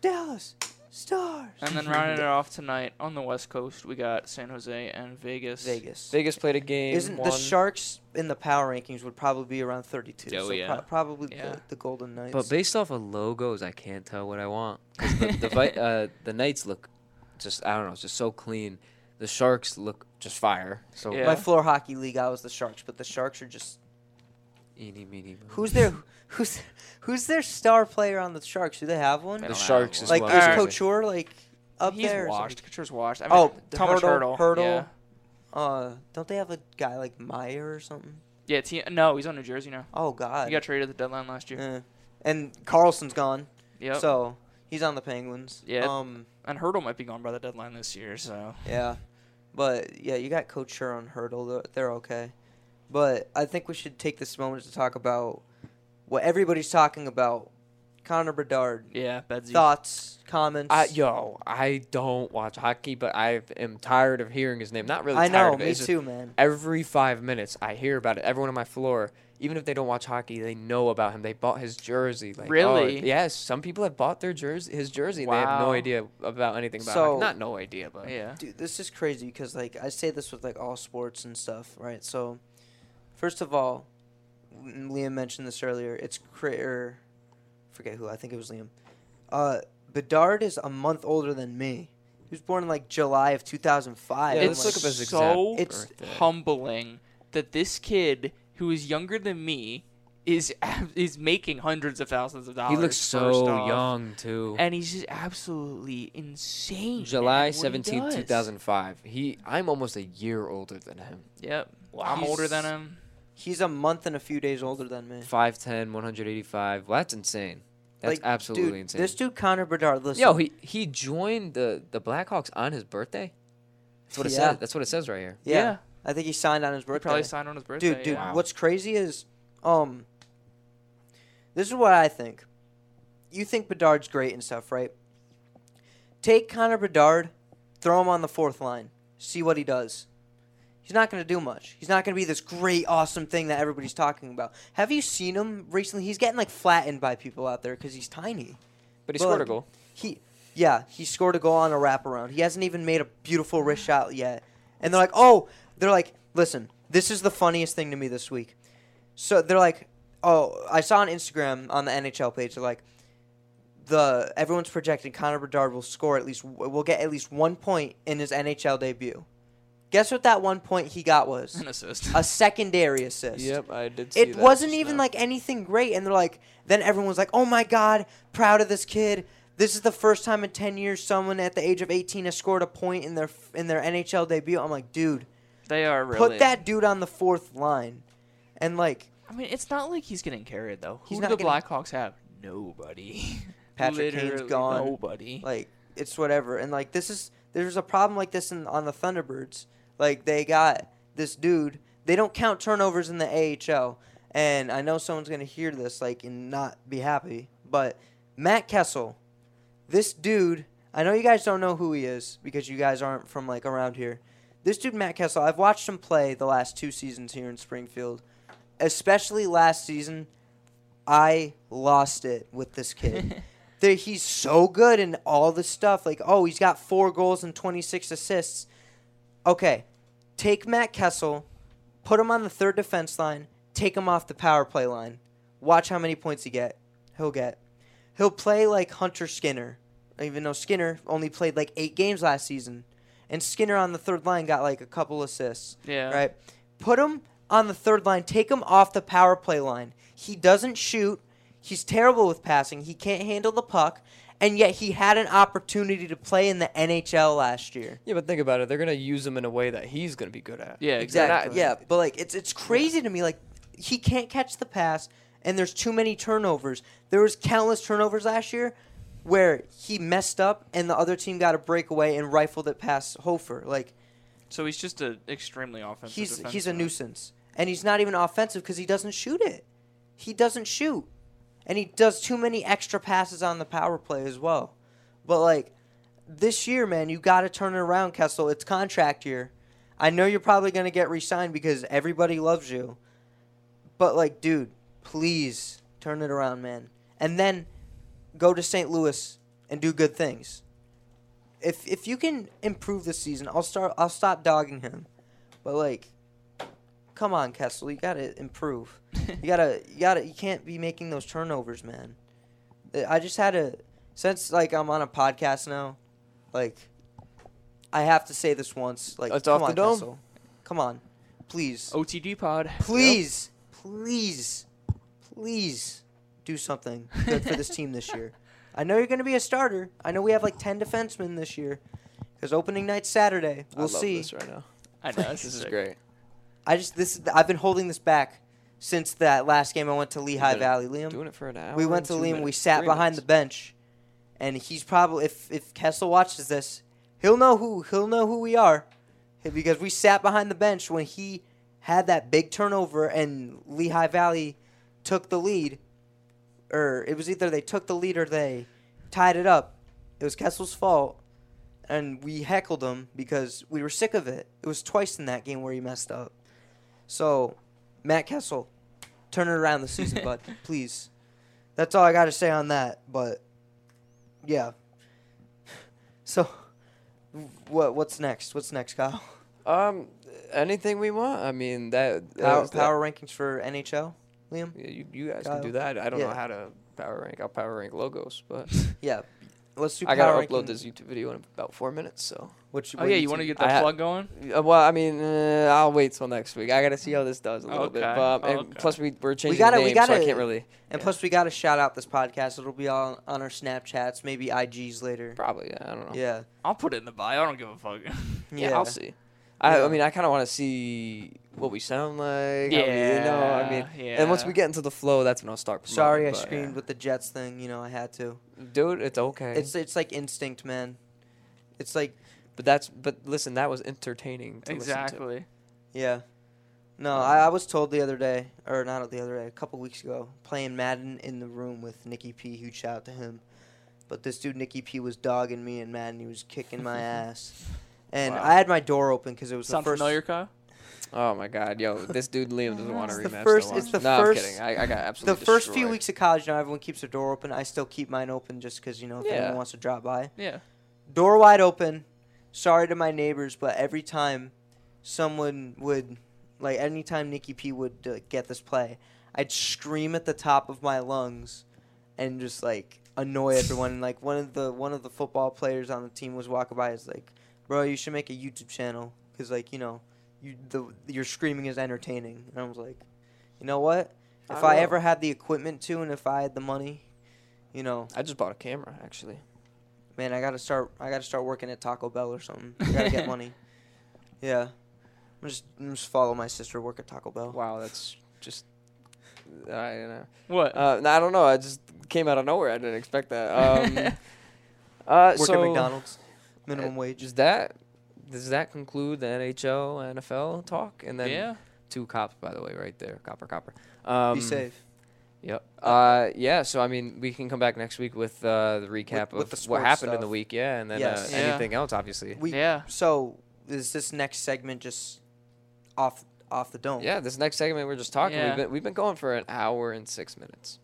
C: Dallas, stars.
B: And then rounding it off tonight on the West Coast, we got San Jose and Vegas.
C: Vegas.
A: Vegas played a game.
C: Isn't the
A: won.
C: Sharks in the power rankings would probably be around 32?
B: Oh,
C: so
B: yeah.
C: pro- probably
B: Yeah.
C: the, the Golden Knights.
A: But based off of logos, I can't tell what I want. 'Cause The the, Vi- uh, the Knights look just I don't know, just so clean. The Sharks look just fire. So
B: Yeah.
C: My floor hockey league, I was the Sharks, but the Sharks are just
A: eeny, meeny, miny.
C: who's their who's who's their star player on the Sharks? Do they have one?
B: They
A: the
B: don't have
A: Sharks
B: one.
A: is
C: like
A: well.
C: is
B: Alright.
C: Couture like up
B: He's
C: there? or
B: washed.
C: something?
B: Couture's washed. I mean,
C: Oh,
B: Thomas Hurdle.
C: Hurdle- Hurdle.
B: Yeah.
C: Uh, don't they have a guy like Meyer or something?
B: Yeah, T- no, he's on New Jersey now.
C: Oh God.
B: He got traded at the deadline last year.
C: Eh. and Carlson's gone,
B: Yep.
C: so he's on the Penguins.
B: Yeah.
C: Um.
B: and Hurdle might be gone by the deadline this year, so
C: Yeah. But yeah, you got Couture on hurdle. They're, they're okay. But I think we should take this moment to talk about what everybody's talking about. Connor Bedard.
B: yeah, Bedsy.
C: Thoughts, comments.
A: I, yo, I don't watch hockey, but I am tired of hearing his name. Not really.
C: I
A: tired
C: know,
A: of it.
C: me
A: It's just
C: too, man.
A: Every five minutes, I hear about it. Everyone on my floor, even if they don't watch hockey, they know about him. They bought his jersey. Like, oh,
B: Really?
A: yes. Some people have bought their jersey, his jersey. They have
B: Wow.
A: no idea about anything about.
C: So-
A: hockey. Not no idea, but
B: Yeah.
C: Dude, this is crazy because like I say this with like all sports and stuff, right? So, first of all, m- Liam mentioned this earlier. It's cra- er forget who I think it was Liam. Uh, Bedard is a month older than me. He was born in like July of 2005.
A: Yeah,
C: I'm
B: it's
A: let's look up his exact
B: so
C: It's
A: birthday.
B: humbling that this kid who is younger than me is ab- is making hundreds of thousands of
A: He
B: dollars.
A: looks
B: first
A: so
B: off,
A: young too.
B: and he's just absolutely insane.
A: July
B: at what he
A: seventeenth,
B: does.
A: two thousand five. He, I'm almost a year older than him.
B: Yep, I'm older than him.
C: He's a month and a few days older than me.
A: 5'10", 185. Well, that's insane. That's
C: Like,
A: absolutely
C: dude,
A: insane.
C: This dude Connor Bedard, listen.
A: Yo, he he joined the the Blackhawks on his birthday. That's what it
C: Yeah.
A: says. That's what it says right here.
C: yeah,
B: Yeah.
C: I think he signed on his
B: He
C: birthday.
B: probably signed on his birthday.
C: dude, dude,
B: yeah.
A: Wow.
C: what's crazy is, um, this is what I think. You think Bedard's great and stuff, right? Take Connor Bedard, throw him on the fourth line, see what he does. He's not going to do much. He's not going to be this great, awesome thing that everybody's talking about. Have you seen him recently? He's getting like flattened by people out there because he's tiny.
A: But he
C: Well,
A: scored a
C: like,
A: goal.
C: He, yeah, he scored a goal on a wraparound. He hasn't even made a beautiful wrist shot yet. And they're like, oh, they're like, listen, this is the funniest thing to me this week. So they're like, oh, I saw on Instagram on the NHL page, they're like, the everyone's projecting Connor Bedard will score at least will get at least one point in his NHL debut. Guess what that one point he got was?
B: An assist.
C: A secondary assist
A: I did.
C: it wasn't even like anything great and they're like then everyone was like oh my god proud of this kid this is the first time in 10 years someone at the age of 18 has scored a point in their in their nhl debut i'm like dude
B: They are really.
C: put that dude on the fourth line and like
B: I mean, it's not like he's getting carried though. Who
C: He's
B: do
C: not
B: the
C: getting-
B: Blackhawks have? Nobody.
C: Patrick Kane's
B: Literally
C: gone.
B: Nobody.
C: like it's whatever and like this is there's a problem like this in, on the thunderbirds like they got this dude they don't count turnovers in the ahl and i know someone's going to hear this like and not be happy but matt kessel this dude i know you guys don't know who he is because you guys aren't from like around here this dude matt kessel i've watched him play the last two seasons here in springfield especially last season i lost it with this kid that he's so good in all the stuff. Like, oh, he's got four goals and 26 assists. Okay, take Matt Kessel, put him on the third defense line, take him off the power play line. Watch how many points he get. He'll get. He'll play like Hunter Skinner, even though Skinner only played like eight games last season, and Skinner on the third line got like a couple assists.
B: Yeah.
C: Right. Put him on the third line. Take him off the power play line. He doesn't shoot. He's terrible with passing. He can't handle the puck. And yet he had an opportunity to play in the NHL last year.
A: Yeah, but think about it. They're gonna use him in a way that he's gonna be good at.
B: Yeah.
C: Exactly.
B: Exactly.
C: Yeah, but like it's it's crazy to me. Like he can't catch the pass, and there's too many turnovers. There was countless turnovers last year where he messed up, and the other team got a breakaway and rifled it past Hofer. Like
B: So he's just an extremely offensive.
C: he's he's a
B: defenseman.
C: nuisance, and he's not even offensive because he doesn't shoot it. He doesn't shoot, and he does too many extra passes on the power play as well. But like this year, man, you got to turn it around, Kessel. It's contract year. I know you're probably gonna get re-signed because everybody loves you, but like, dude, please turn it around, man, and then go to St. Louis and do good things. If if you can improve this season, I'll start. I'll stop dogging him. But like, come on, Kessel, you gotta improve. you gotta, you gotta, you can't be making those turnovers, man. Uh, I just had a since like I'm on a podcast now, like I have to say this once. Like,
A: It's
C: come
A: off the
C: on,
A: dome. Oh,
C: Kessel, come on, please,
B: OTD pod.
C: please, please, please, do something good for this team this year. I know you're gonna be a starter. I know we have like ten defensemen this year. Because opening night's Saturday.
A: I
C: We'll
A: love
C: see.
A: This right now.
B: I know.
A: This is great.
C: I just this I've been holding this back since that last game I went to Lehigh
A: been
C: Valley, Liam.
A: Doing it for an hour.
C: We went
A: and
C: to
A: two
C: Liam. We
A: minutes,
C: sat
A: three
C: behind the
A: minutes.
C: bench, and he's probably if if Kessel watches this, he'll know who he'll know who we are, because we sat behind the bench when he had that big turnover and Lehigh Valley took the lead, or it was either they took the lead or they tied it up. It was Kessel's fault, and we heckled him because we were sick of it. It was twice in that game where he messed up. So, Matt Kessel, turn it around this season, bud, please. That's all I got to say on that. But yeah. So, what what's next? What's next, Kyle?
A: Um, anything we want. I mean that. that
C: Power,
A: was that-
C: power rankings for NHL, Liam?
A: Yeah, you, you guys
C: Kyle?
A: can do that. I don't
C: Yeah.
A: know how to power rank. I'll power rank logos, but
C: Yeah. Let's do.
A: I gotta
C: power
A: upload
C: ranking.
A: this YouTube video in about four minutes. So,
C: Which,
B: Oh yeah, you want to get that
A: I ha-
B: plug
C: Hmm?
B: going?
A: Uh, well, I mean, uh, I'll wait till next week. I gotta see how this does a little bit.
B: Okay.
A: But, um,
B: Oh,
A: and
B: okay.
A: plus, we we're changing
C: gotta-
A: the
C: we
A: name, so
C: gotta-
A: I can't really.
C: And
A: yeah.
C: plus, we gotta shout out this podcast. It'll be all on our Snapchats, maybe IGs later.
A: Probably, yeah, I don't know.
C: Yeah.
B: I'll put it in the bio. I don't give a fuck.
A: Yeah, I'll see. I,
C: Yeah.
A: I mean, I kind of want to see what we sound like. how we- you know, I mean,
B: Yeah,
A: and once we
B: yeah.
A: get into the flow, that's when I'll start. Promoting,
C: Sorry, I
A: but-
C: screamed with the Jets thing. You know, I had to.
A: dude. It's okay.
C: It's it's like instinct, man. It's like
A: but that's but listen, that was entertaining. To Listen
B: exactly.
C: Yeah. No, I,
A: Um,
C: I was told the other day, or not the other day, a couple weeks ago, playing Madden in the room with Nikki P. Huge shout out to him. But this dude Nicky P was dogging me and Madden. He was kicking my ass, and
A: Wow.
C: I had my door open because it was
B: Sound
C: the first.
B: familiar, Kyle?
A: Oh my God, yo, this dude Liam doesn't want to
C: It's the
A: rematch.
C: first-
A: watch.
C: it's the
A: no,
C: first-
A: I'm kidding. I, I got absolutely
C: The first few
A: destroyed.
C: weeks of college, now everyone keeps their door open. I still keep mine open just because you know if
A: Yeah.
C: anyone wants to drop by.
B: Yeah.
C: Door wide open. Sorry to my neighbors, but every time someone would, like, anytime Nikki P would uh, get this play, I'd scream at the top of my lungs, and just like annoy everyone. And like one of the one of the football players on the team was walking by, is like, "Bro, you should make a YouTube channel, cause like you know, you the your screaming is entertaining." And I was like, "You know what?
A: I
C: If I,
A: will."
C: ever had the equipment to, and if I had the money, you know,
A: I just bought a camera actually.
C: Man, I gotta start. I gotta start working at Taco Bell or something. I gotta get money. Yeah, I'm just I'm just follow my sister work at Taco Bell.
A: Wow, that's just. I don't know.
B: What?
A: Uh, no, I don't know. I just came out of nowhere. I didn't expect that. Um, uh,
C: work
A: so uh,
C: at McDonald's, minimum wage.
A: Just that. Does that conclude the NHL NFL talk? And then
B: yeah.
A: two cops, by the way, right there, copper, copper. Um,
C: Be safe.
A: Yep. Uh, yeah. So I mean, we can come back next week with uh, the recap of
C: with the
A: what
C: sports
A: happened in the
C: stuff.
A: week. Yeah, and then
C: Yes.
A: uh,
B: Yeah.
A: anything else, obviously.
C: We
B: yeah.
C: so is this next segment just off off the dome?
A: Yeah. This next segment we're just talking.
B: Yeah.
A: We've been we've been going for an hour and six minutes.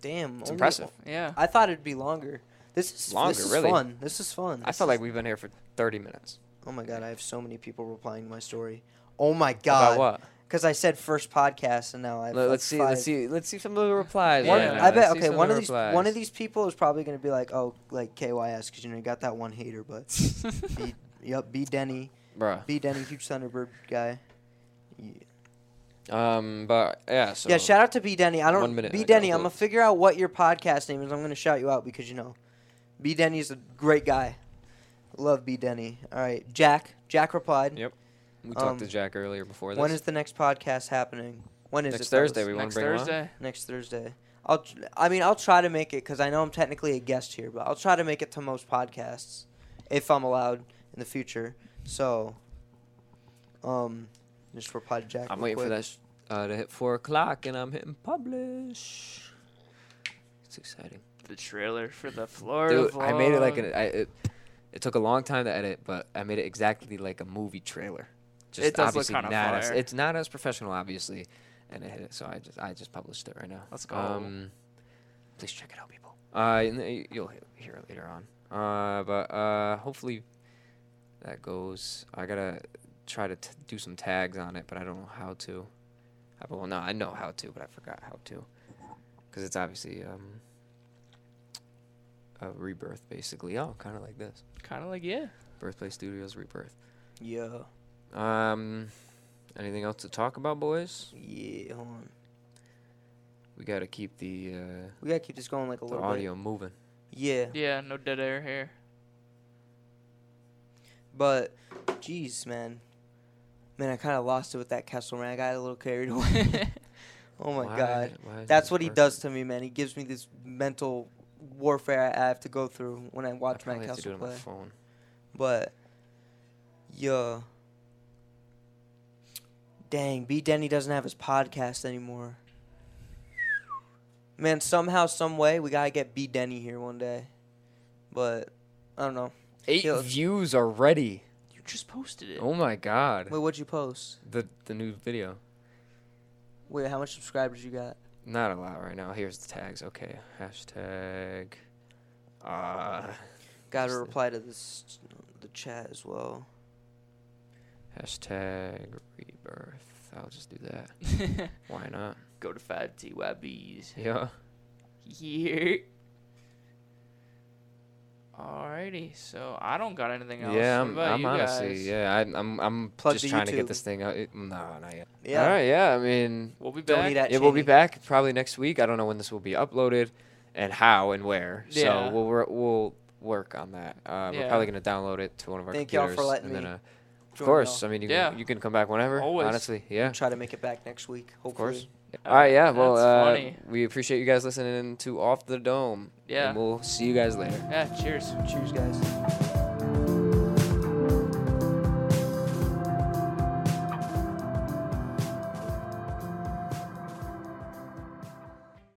C: Damn,
A: It's
C: only-
A: impressive.
B: Yeah.
C: I thought it'd be longer. This is
A: Longer,
C: This is
A: really.
C: fun. This is fun.
A: I
C: This
A: feel
C: is-
A: like we've been here for thirty minutes.
C: oh my god, I have so many people replying to my story. Oh my
A: About
C: god,
A: what?
C: because I said first podcast and now I have
A: Let,
C: like
A: us see.
C: five.
A: Let's see. Let's see some of the replies.
B: One-
A: right now.
C: I bet.
A: Let's see
C: Okay,
A: some
C: one of
A: the
C: these one of
A: replies.
C: these people is probably gonna be like, oh, like KYS, because you know you got that one hater, but be, yep, be Denny,
A: Bruh.
C: be Denny, huge Thunderbird guy. Ye-
A: Um, but yeah. So
C: yeah, shout out to B Denny. I don't
A: One minute, I
C: B
A: gotta
C: Denny. I'm
A: go.
C: gonna figure out what your podcast name is. I'm gonna shout you out because you know, B Denny is a great guy. Love B Denny. All right, Jack. Jack replied.
A: Yep. We talked
C: um,
A: to Jack earlier before this.
C: When is the next podcast happening? When is
A: Next
C: it? fellas?
A: Thursday, we- wanna
B: Next
A: bring him on?
B: Thursday.
C: next Thursday. I'll. Tr- I mean, I'll try to make it because I know I'm technically a guest here, but I'll try to make it to most podcasts if I'm allowed in the future. So, um, just reply to Jack.
A: I'm
C: real
A: waiting for
C: quick.
A: that sh- uh, to hit four o'clock, and I'm hitting publish. It's exciting,
B: The trailer for the Florida
A: dude. I made it like
B: vlog.
A: an. I, it, it took a long time to edit, but I made it exactly like a movie trailer. Just
B: It does look
A: obviously
B: kinda
A: not as,
B: fire.
A: It's not as professional, obviously, and it hit it. So I just I just published it right now. Um,
B: Let's go.
A: please check it out, people. Uh, and y- you'll he- hear it later on. Uh, but uh, hopefully that goes. I gotta try to t- do some tags on it, but I don't know how to. I, well, no, I know how to, but I forgot how to, because it's obviously um, a rebirth, basically. Oh, kind of like this.
B: Kind of like yeah.
A: Birthplace Studios rebirth.
C: Yeah.
A: Um, anything else to talk about, boys?
C: Yeah. Hold on.
A: We gotta keep the uh,
C: We gotta keep this going like a
A: the
C: little
A: audio moving.
C: bit. Yeah.
B: Yeah. No dead air here.
C: But, jeez, man. Man, I kind of lost it with that Kessel man. I got a little carried away. oh my
A: Why-
C: god.
A: why is
C: That's
A: this
C: what he
A: working?
C: does to me, man. He gives me this mental warfare I have to go through when I
A: I
C: watch Matt
A: probably have to do
C: Castle
A: it on
C: play.
A: my phone.
C: But yeah. Dang, B Denny doesn't have his podcast anymore. Man, somehow, some way, we gotta get B Denny here one day. But I don't know.
A: Eight
C: Yo.
A: views already.
B: You just posted it.
A: Oh my god.
C: Wait, what'd you post?
A: The the new video.
C: Wait, how much subscribers you got?
A: Not a lot right now. Here's the tags. Okay. Hashtag. Uh,
C: Gotta
A: Just the-
C: reply to this the chat as well.
A: hashtag rebirth. I'll just do that. Why not?
B: Go to five TYBs.
A: Yeah.
B: Yeah. Alrighty, so I don't got anything else.
A: Yeah,
B: What
A: I'm,
B: about
A: I'm
B: you
A: honestly,
B: guys?
A: yeah, I, I'm, I'm
C: Plug
A: just
C: the
A: trying to get
C: YouTube.
A: this thing out. It- no, not yet.
C: Yeah.
A: All right, yeah, I mean,
B: We'll be
C: Don't
B: back.
C: need that
A: yeah, we'll be
C: shady.
A: back probably next week. I don't know when this will be uploaded and how and where.
B: Yeah.
A: So we'll, wor- we'll work on that. Uh, We're
B: Yeah.
A: probably going to download it to one of our
C: Thank y'all for
A: computers.
C: letting
A: and then,
C: me
A: uh, of
C: Join
A: course,
C: y'all.
A: I mean, you,
B: Yeah.
A: can, you can come back whenever.
B: Always.
A: Honestly, yeah.
C: Try to make it back next week, hopefully.
A: Of course.
B: Uh,
A: All right, yeah. Well,
B: that's
A: uh,
B: funny.
A: we appreciate you guys listening to Off the Dome.
B: Yeah.
A: And we'll see you guys later.
B: Yeah, cheers.
C: Cheers, guys.